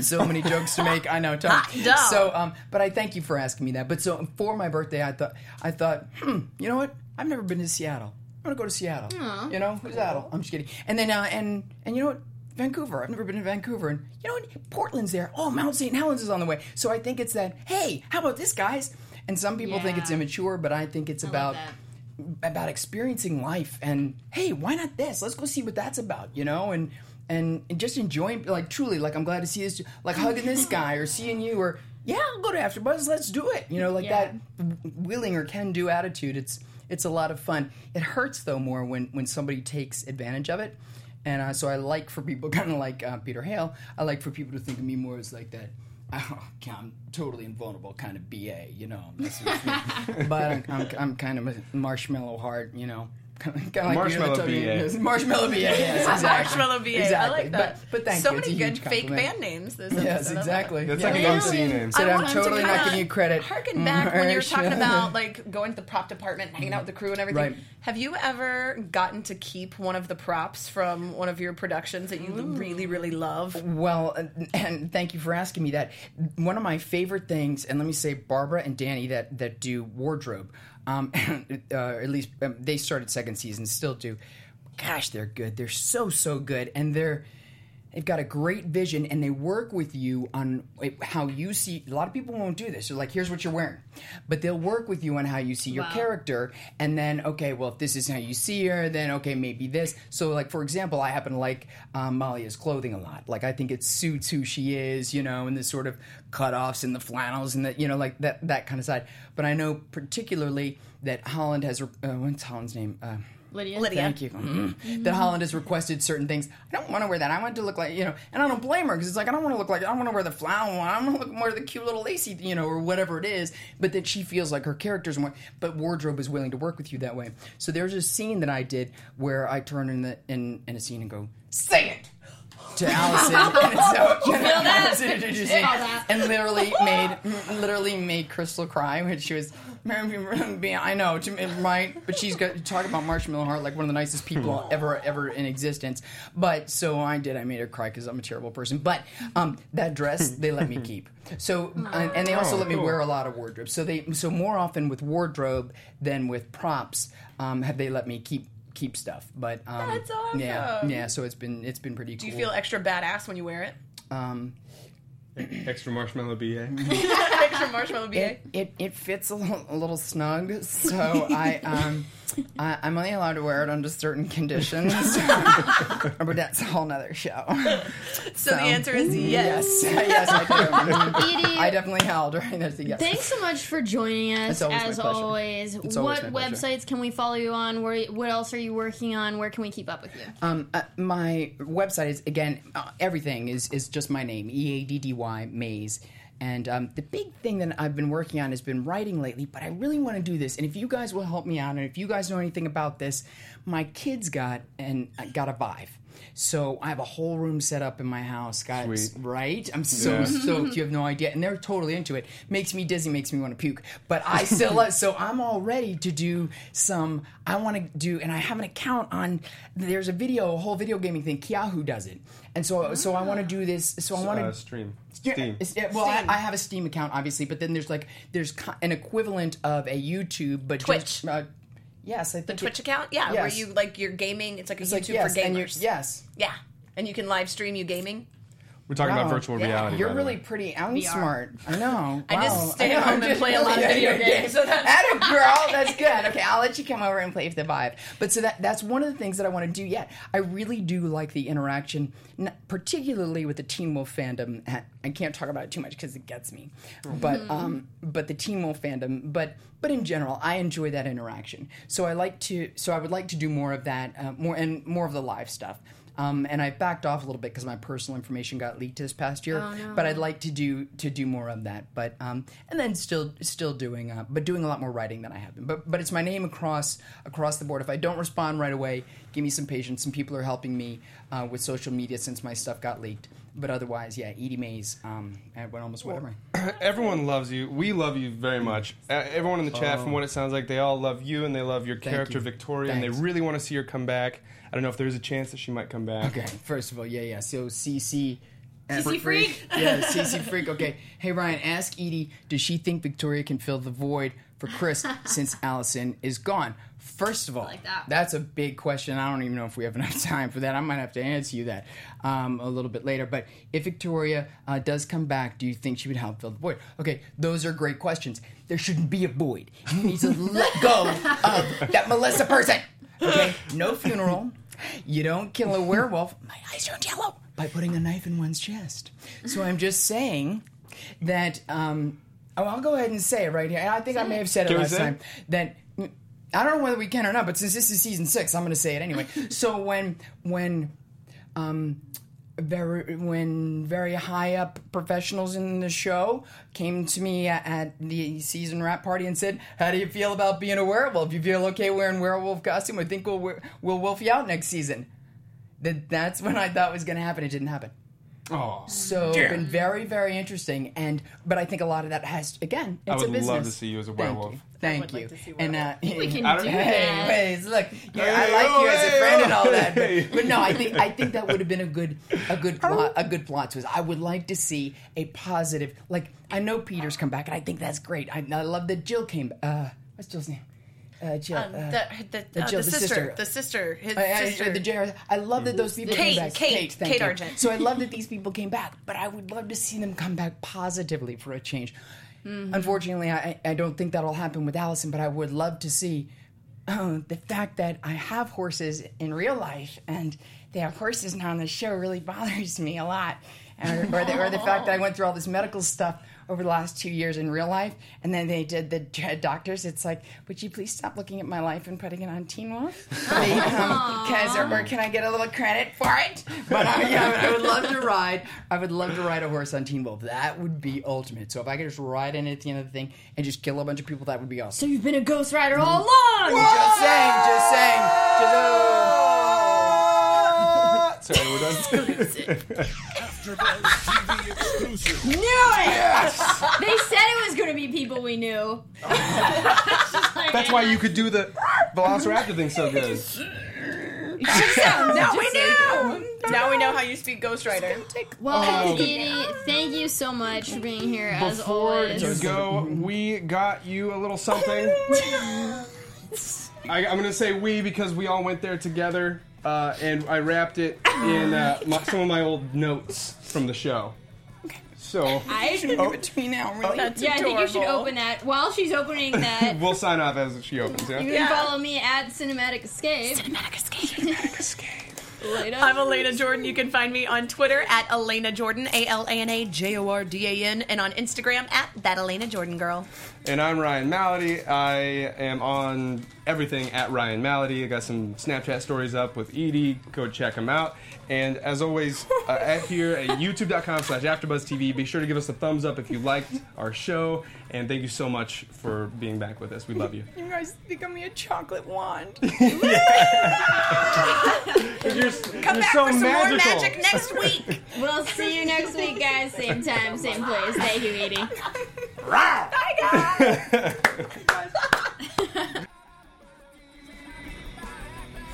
S6: So many jokes to make. I know, Tom.
S5: Hot dog.
S6: So, um, but I thank you for asking me that. But so for my birthday, I thought, I thought, hmm, you know what? I've never been to Seattle. I'm gonna go to Seattle.
S10: Aw.
S6: You know, Seattle. I'm just kidding. And then, uh, and and you know what? Vancouver. I've never been to Vancouver, and you know what? Portland's there. Oh, Mount St. Helens is on the way. So I think it's that. Hey, how about this, guys? And some people think it's
S10: Yeah.
S6: immature, but I think it's about about experiencing life and hey why not this let's go see what that's about you know and and, and just enjoying like truly like i'm glad to see this like hugging this guy or seeing you or yeah i'll go to afterbuzz let's do it you know like
S10: Yeah.
S6: that w- willing or can do attitude it's it's a lot of fun it hurts though more when when somebody takes advantage of it and uh, so i like for people kind of like uh, peter hale i like for people to think of me more as like that oh, i'm totally invulnerable kind of ba you know that's but I'm, I'm, I'm kind of a marshmallow heart, you know. Kind of like
S3: Marshmallow
S6: you know,
S3: BA.
S6: yes, Marshmallow BA. Yes, exactly.
S5: Marshmallow VA. I
S6: Exactly.
S5: like that.
S6: But, but thank
S5: so
S6: you. It's a
S5: many good
S6: huge
S5: fake
S6: compliment.
S5: band names. This
S6: Yes,
S5: episode.
S6: exactly.
S3: That's like an MC name.
S6: So
S5: I
S6: I'm
S5: wanted to
S6: totally not
S5: kinda
S6: giving you credit.
S5: Harken back when you were
S6: Mm,
S5: talking
S6: sure.
S5: about like going to the prop department, and hanging out with the crew, and everything.
S6: Right.
S5: Have you ever gotten to keep one of the props from one of your productions that you really, really love?
S6: Well, and- and thank you for asking me that. One of my favorite things, and let me say, Barbara and Danny that that do wardrobe, um, uh, at least um, they started second season, still do. Gosh, they're good. They're so so good, and they're They've got a great vision and they work with you on it- how you see. A lot of people won't do this. They're like, here's what you're wearing. But they'll work with you on how you see your
S11: Wow.
S6: character. And then, okay, well, if this is how you see her, then okay, maybe this. So, like, for example, I happen to like um, Malia's clothing a lot. Like, I think it suits who she is, you know, and the sort of cutoffs and the flannels and the, you know, like that, that kind of side. But I know particularly that Holland has, re- uh, what's Holland's name? Uh,
S4: Lydia.
S6: Thank you. Mm. That Holland has requested certain things. I don't want to wear that. I want to look like, you know, and I don't blame her because it's like, I don't want to look like, I want to wear the flower one. I want to look more the cute little lacy, you know, or whatever it is. But that she feels like her character's more, but wardrobe is willing to work with you that way. So there's a scene that I did where I turn in, the, in, in a scene and go, say it to Allison. and so,
S10: You feel that?
S6: Allison introduced me
S10: Feel that?
S6: and literally made literally made Crystal cry when she was. I know, to me, right? But she's got talk about Marshmallow Heart like one of the nicest people ever ever in existence. But so I did. I made her cry because I'm a terrible person. But um, that dress they let me keep. So and, and they also
S11: Oh,
S6: let me
S11: cool.
S6: wear a lot of wardrobe. So they so more often with wardrobe than with props um, have they let me keep keep stuff. But um,
S5: That's
S6: Yeah,
S5: awesome.
S6: yeah. So it's been it's been pretty.
S5: Do you
S6: cool.
S5: feel extra badass when you wear it?
S6: Um,
S3: Extra marshmallow BA.
S5: extra marshmallow BA.
S6: It, it, it fits a little, a little snug, so I um I, I'm only allowed to wear it under certain conditions. but that's a whole nother show. Um,
S5: So the answer is yes.
S6: Yes, yes I do.
S4: Edie.
S6: I definitely held during this. Yes.
S4: Thanks so much for joining us.
S6: It's always my
S4: as
S6: pleasure.
S4: always,
S6: It's always
S4: what
S6: my pleasure.
S4: websites can we follow you on? Where, what else are you working on? Where can we keep up with you?
S6: Um, uh, my website is again uh, everything is is just my name E A D D Y Maze. And um, the big thing that I've been working on has been writing lately, but I really want to do this. And if you guys will help me out, and if you guys know anything about this, my kids got and got a Vive, so I have a whole room set up in my house, guys. Right? I'm so
S11: Yeah.
S5: Mm-hmm.
S6: stoked. You have no idea, and they're totally into it. Makes me dizzy, makes me want to puke. But I still love. So I'm all ready to do some. I want to do, and I have an account on. There's a video, a whole video gaming thing. Kiahu does it, and so so I
S5: Ah.
S6: want to do this. So I want to
S3: uh, stream.
S6: yeah,
S3: Steam.
S6: it's- yeah, well, I, I have a Steam account, obviously, but then there's like there's co- an equivalent of a YouTube, but Twitch. Just, uh, yes, I think
S5: The Twitch account? Yeah, where
S6: Yes.
S5: you like your gaming. It's like a
S6: It's
S5: YouTube
S6: like, yes,
S5: for gamers.
S6: and you- yes.
S5: Yeah. And you can live stream you gaming.
S3: We're talking about
S6: Wow.
S3: virtual
S6: Yeah.
S3: reality.
S6: You're
S3: by the way.
S6: really pretty. I'm
S5: VR.
S6: smart. I know.
S5: I just
S6: Wow.
S5: stay
S6: I know.
S5: home and
S6: I'm just
S5: play a lot of
S6: really-
S5: video games, so that's-
S6: Atta girl, that's good. Okay, I'll let you come over and play with the vibe. But so that that's one of the things that I want to do yet. I really do like the interaction, n- particularly with the Teen Wolf fandom. I can't talk about it too much because it gets me. But
S11: Mhm.
S6: um, but the Teen Wolf fandom, but but in general, I enjoy that interaction. So I like to. So I would like to do more of that, uh, more and more of the live stuff. Um, and I backed off a little bit because my personal information got leaked this past year.
S11: Oh, no.
S6: But I'd like to do to do more of that. But um, and then still still doing uh, but doing a lot more writing than I have been. But but it's my name across across the board. If I don't respond right away, give me some patience. Some people are helping me uh, with social media since my stuff got leaked. But otherwise, yeah, Edie Mays, um, at almost whatever.
S3: Everyone loves you. We love you very much. Uh, everyone in the chat, from
S6: Oh.
S3: what it sounds like, they all love you and they love your
S6: Thank
S3: character,
S6: you.
S3: Victoria, and
S6: Thanks.
S3: they really want to see her come back. I don't know if there's a chance that she might come back.
S6: Okay, first of all, yeah, yeah. So CC.
S3: CC Freak?
S6: Yeah, CC Freak. Okay. Hey, Ryan, ask Edie, does she think Victoria can fill the void for Chris since Allison is gone? First of all, that's a big question. I don't even know if we have enough time for that. I might have to answer you that um, a little bit later. But if Victoria uh, does come back, do you think she would help fill the void? Okay, those are great questions. There shouldn't be a void. You need to let go of that Melissa person. Okay, no funeral. You don't kill a werewolf. My eyes don't yellow by putting a knife in one's chest. So I'm just saying that. Um, oh, I'll go ahead and say it right here. And I think I may have said it
S11: Can we
S6: last
S11: say it?
S6: time that. I don't know whether we can or not, but since this is season six, I'm going to say it anyway. So when when um, very when very high up professionals in the show came to me at, at the season wrap party and said, "How do you feel about being a werewolf? You feel okay wearing werewolf costume? I think we'll wer- we'll wolf you out next season." That that's when I thought was going to happen. It didn't happen.
S3: Oh,
S6: So been very very interesting, and but I think a lot of that has again. It's
S3: I would
S6: a business.
S3: love to see you as a
S6: Thank
S3: werewolf.
S6: you. Thank you. and uh,
S3: We can
S6: I
S3: do
S6: don't-
S3: that.
S6: hey, ways, look, yeah,
S3: Hey,
S6: I like
S3: oh,
S6: you as a
S3: hey,
S6: friend
S3: oh,
S6: and all that,
S3: hey.
S6: but, but no, I think I think that would have been a good a good plot a good plot twist. I would like to see a positive. Like I know Peter's come back, and I think that's great. I, I love that Jill came. Uh, what's Jill's name? Uh, Jill,
S5: Um,
S6: uh,
S5: the, the,
S6: the
S5: uh,
S6: Jill,
S5: the, sister, the sister, his
S6: I, I,
S5: sister.
S6: the Jar- I love that those people
S5: Kate,
S6: came back.
S5: Kate,
S6: thank
S5: Kate
S6: you.
S5: Argent.
S6: So I love that these people came back, but I would love to see them come back positively for a change.
S5: Mm-hmm.
S6: Unfortunately, I, I don't think that'll happen with Allison, but I would love to see uh, the fact that I have horses in real life and they have horses now on the show really bothers me a lot. And- or, the, or the fact that I went through all this medical stuff over the last two years in real life and then they did the d- doctors. It's like, would you please stop looking at my life and putting it on Teen Wolf? They, um, 'cause- or, or can I get a little credit for it? But I, yeah, I would love to ride. I would love to ride a horse on Teen Wolf. That would be ultimate. So if I could just ride in at the end of the thing and just kill a bunch of people, that would be awesome.
S4: So you've been a Ghost Rider all along.
S6: Just saying, just saying, just
S3: Sorry, we're done.
S4: Knew it.
S3: Yes!
S4: they said it was going to be people we knew.
S3: That's why you could do the Velociraptor thing so good.
S5: now we know. Now we know how you speak Ghost Rider.
S4: Well,
S6: um,
S3: Oh.
S4: Petey, thank you so much for being here as
S3: Before
S4: always.
S3: you go, we got you a little something. I, I'm gonna say we because we all went there together, uh, and I wrapped it in uh, my, some of my old notes from the show. So
S4: I
S6: should give it to me now. Really,
S4: yeah, I think you should open that while she's opening that.
S3: we'll sign off as she opens. Yeah.
S4: You can follow me at Cinematic Escape. Cinematic Escape. Cinematic Escape. Elena.
S5: I'm Elena Jordan. You can find me on Twitter at Elena Jordan, A L A N A J O R D A N, and on Instagram at that Elena Jordan girl.
S3: And I'm Ryan Malady. I am on everything at Ryan Malady. I got some Snapchat stories up with Edie. Go check them out. And as always, uh, at here at youtube.com slash AfterBuzzTV, be sure to give us a thumbs up if you liked our show. And thank you so much for being back with us. We love you.
S6: You guys think I'm a chocolate wand.
S3: You're,
S5: Come
S3: you're
S5: back
S3: so
S5: for some more
S3: magical.
S5: magic next week.
S4: We'll see you next week, guys. Same time, same place. Thank you, Edie.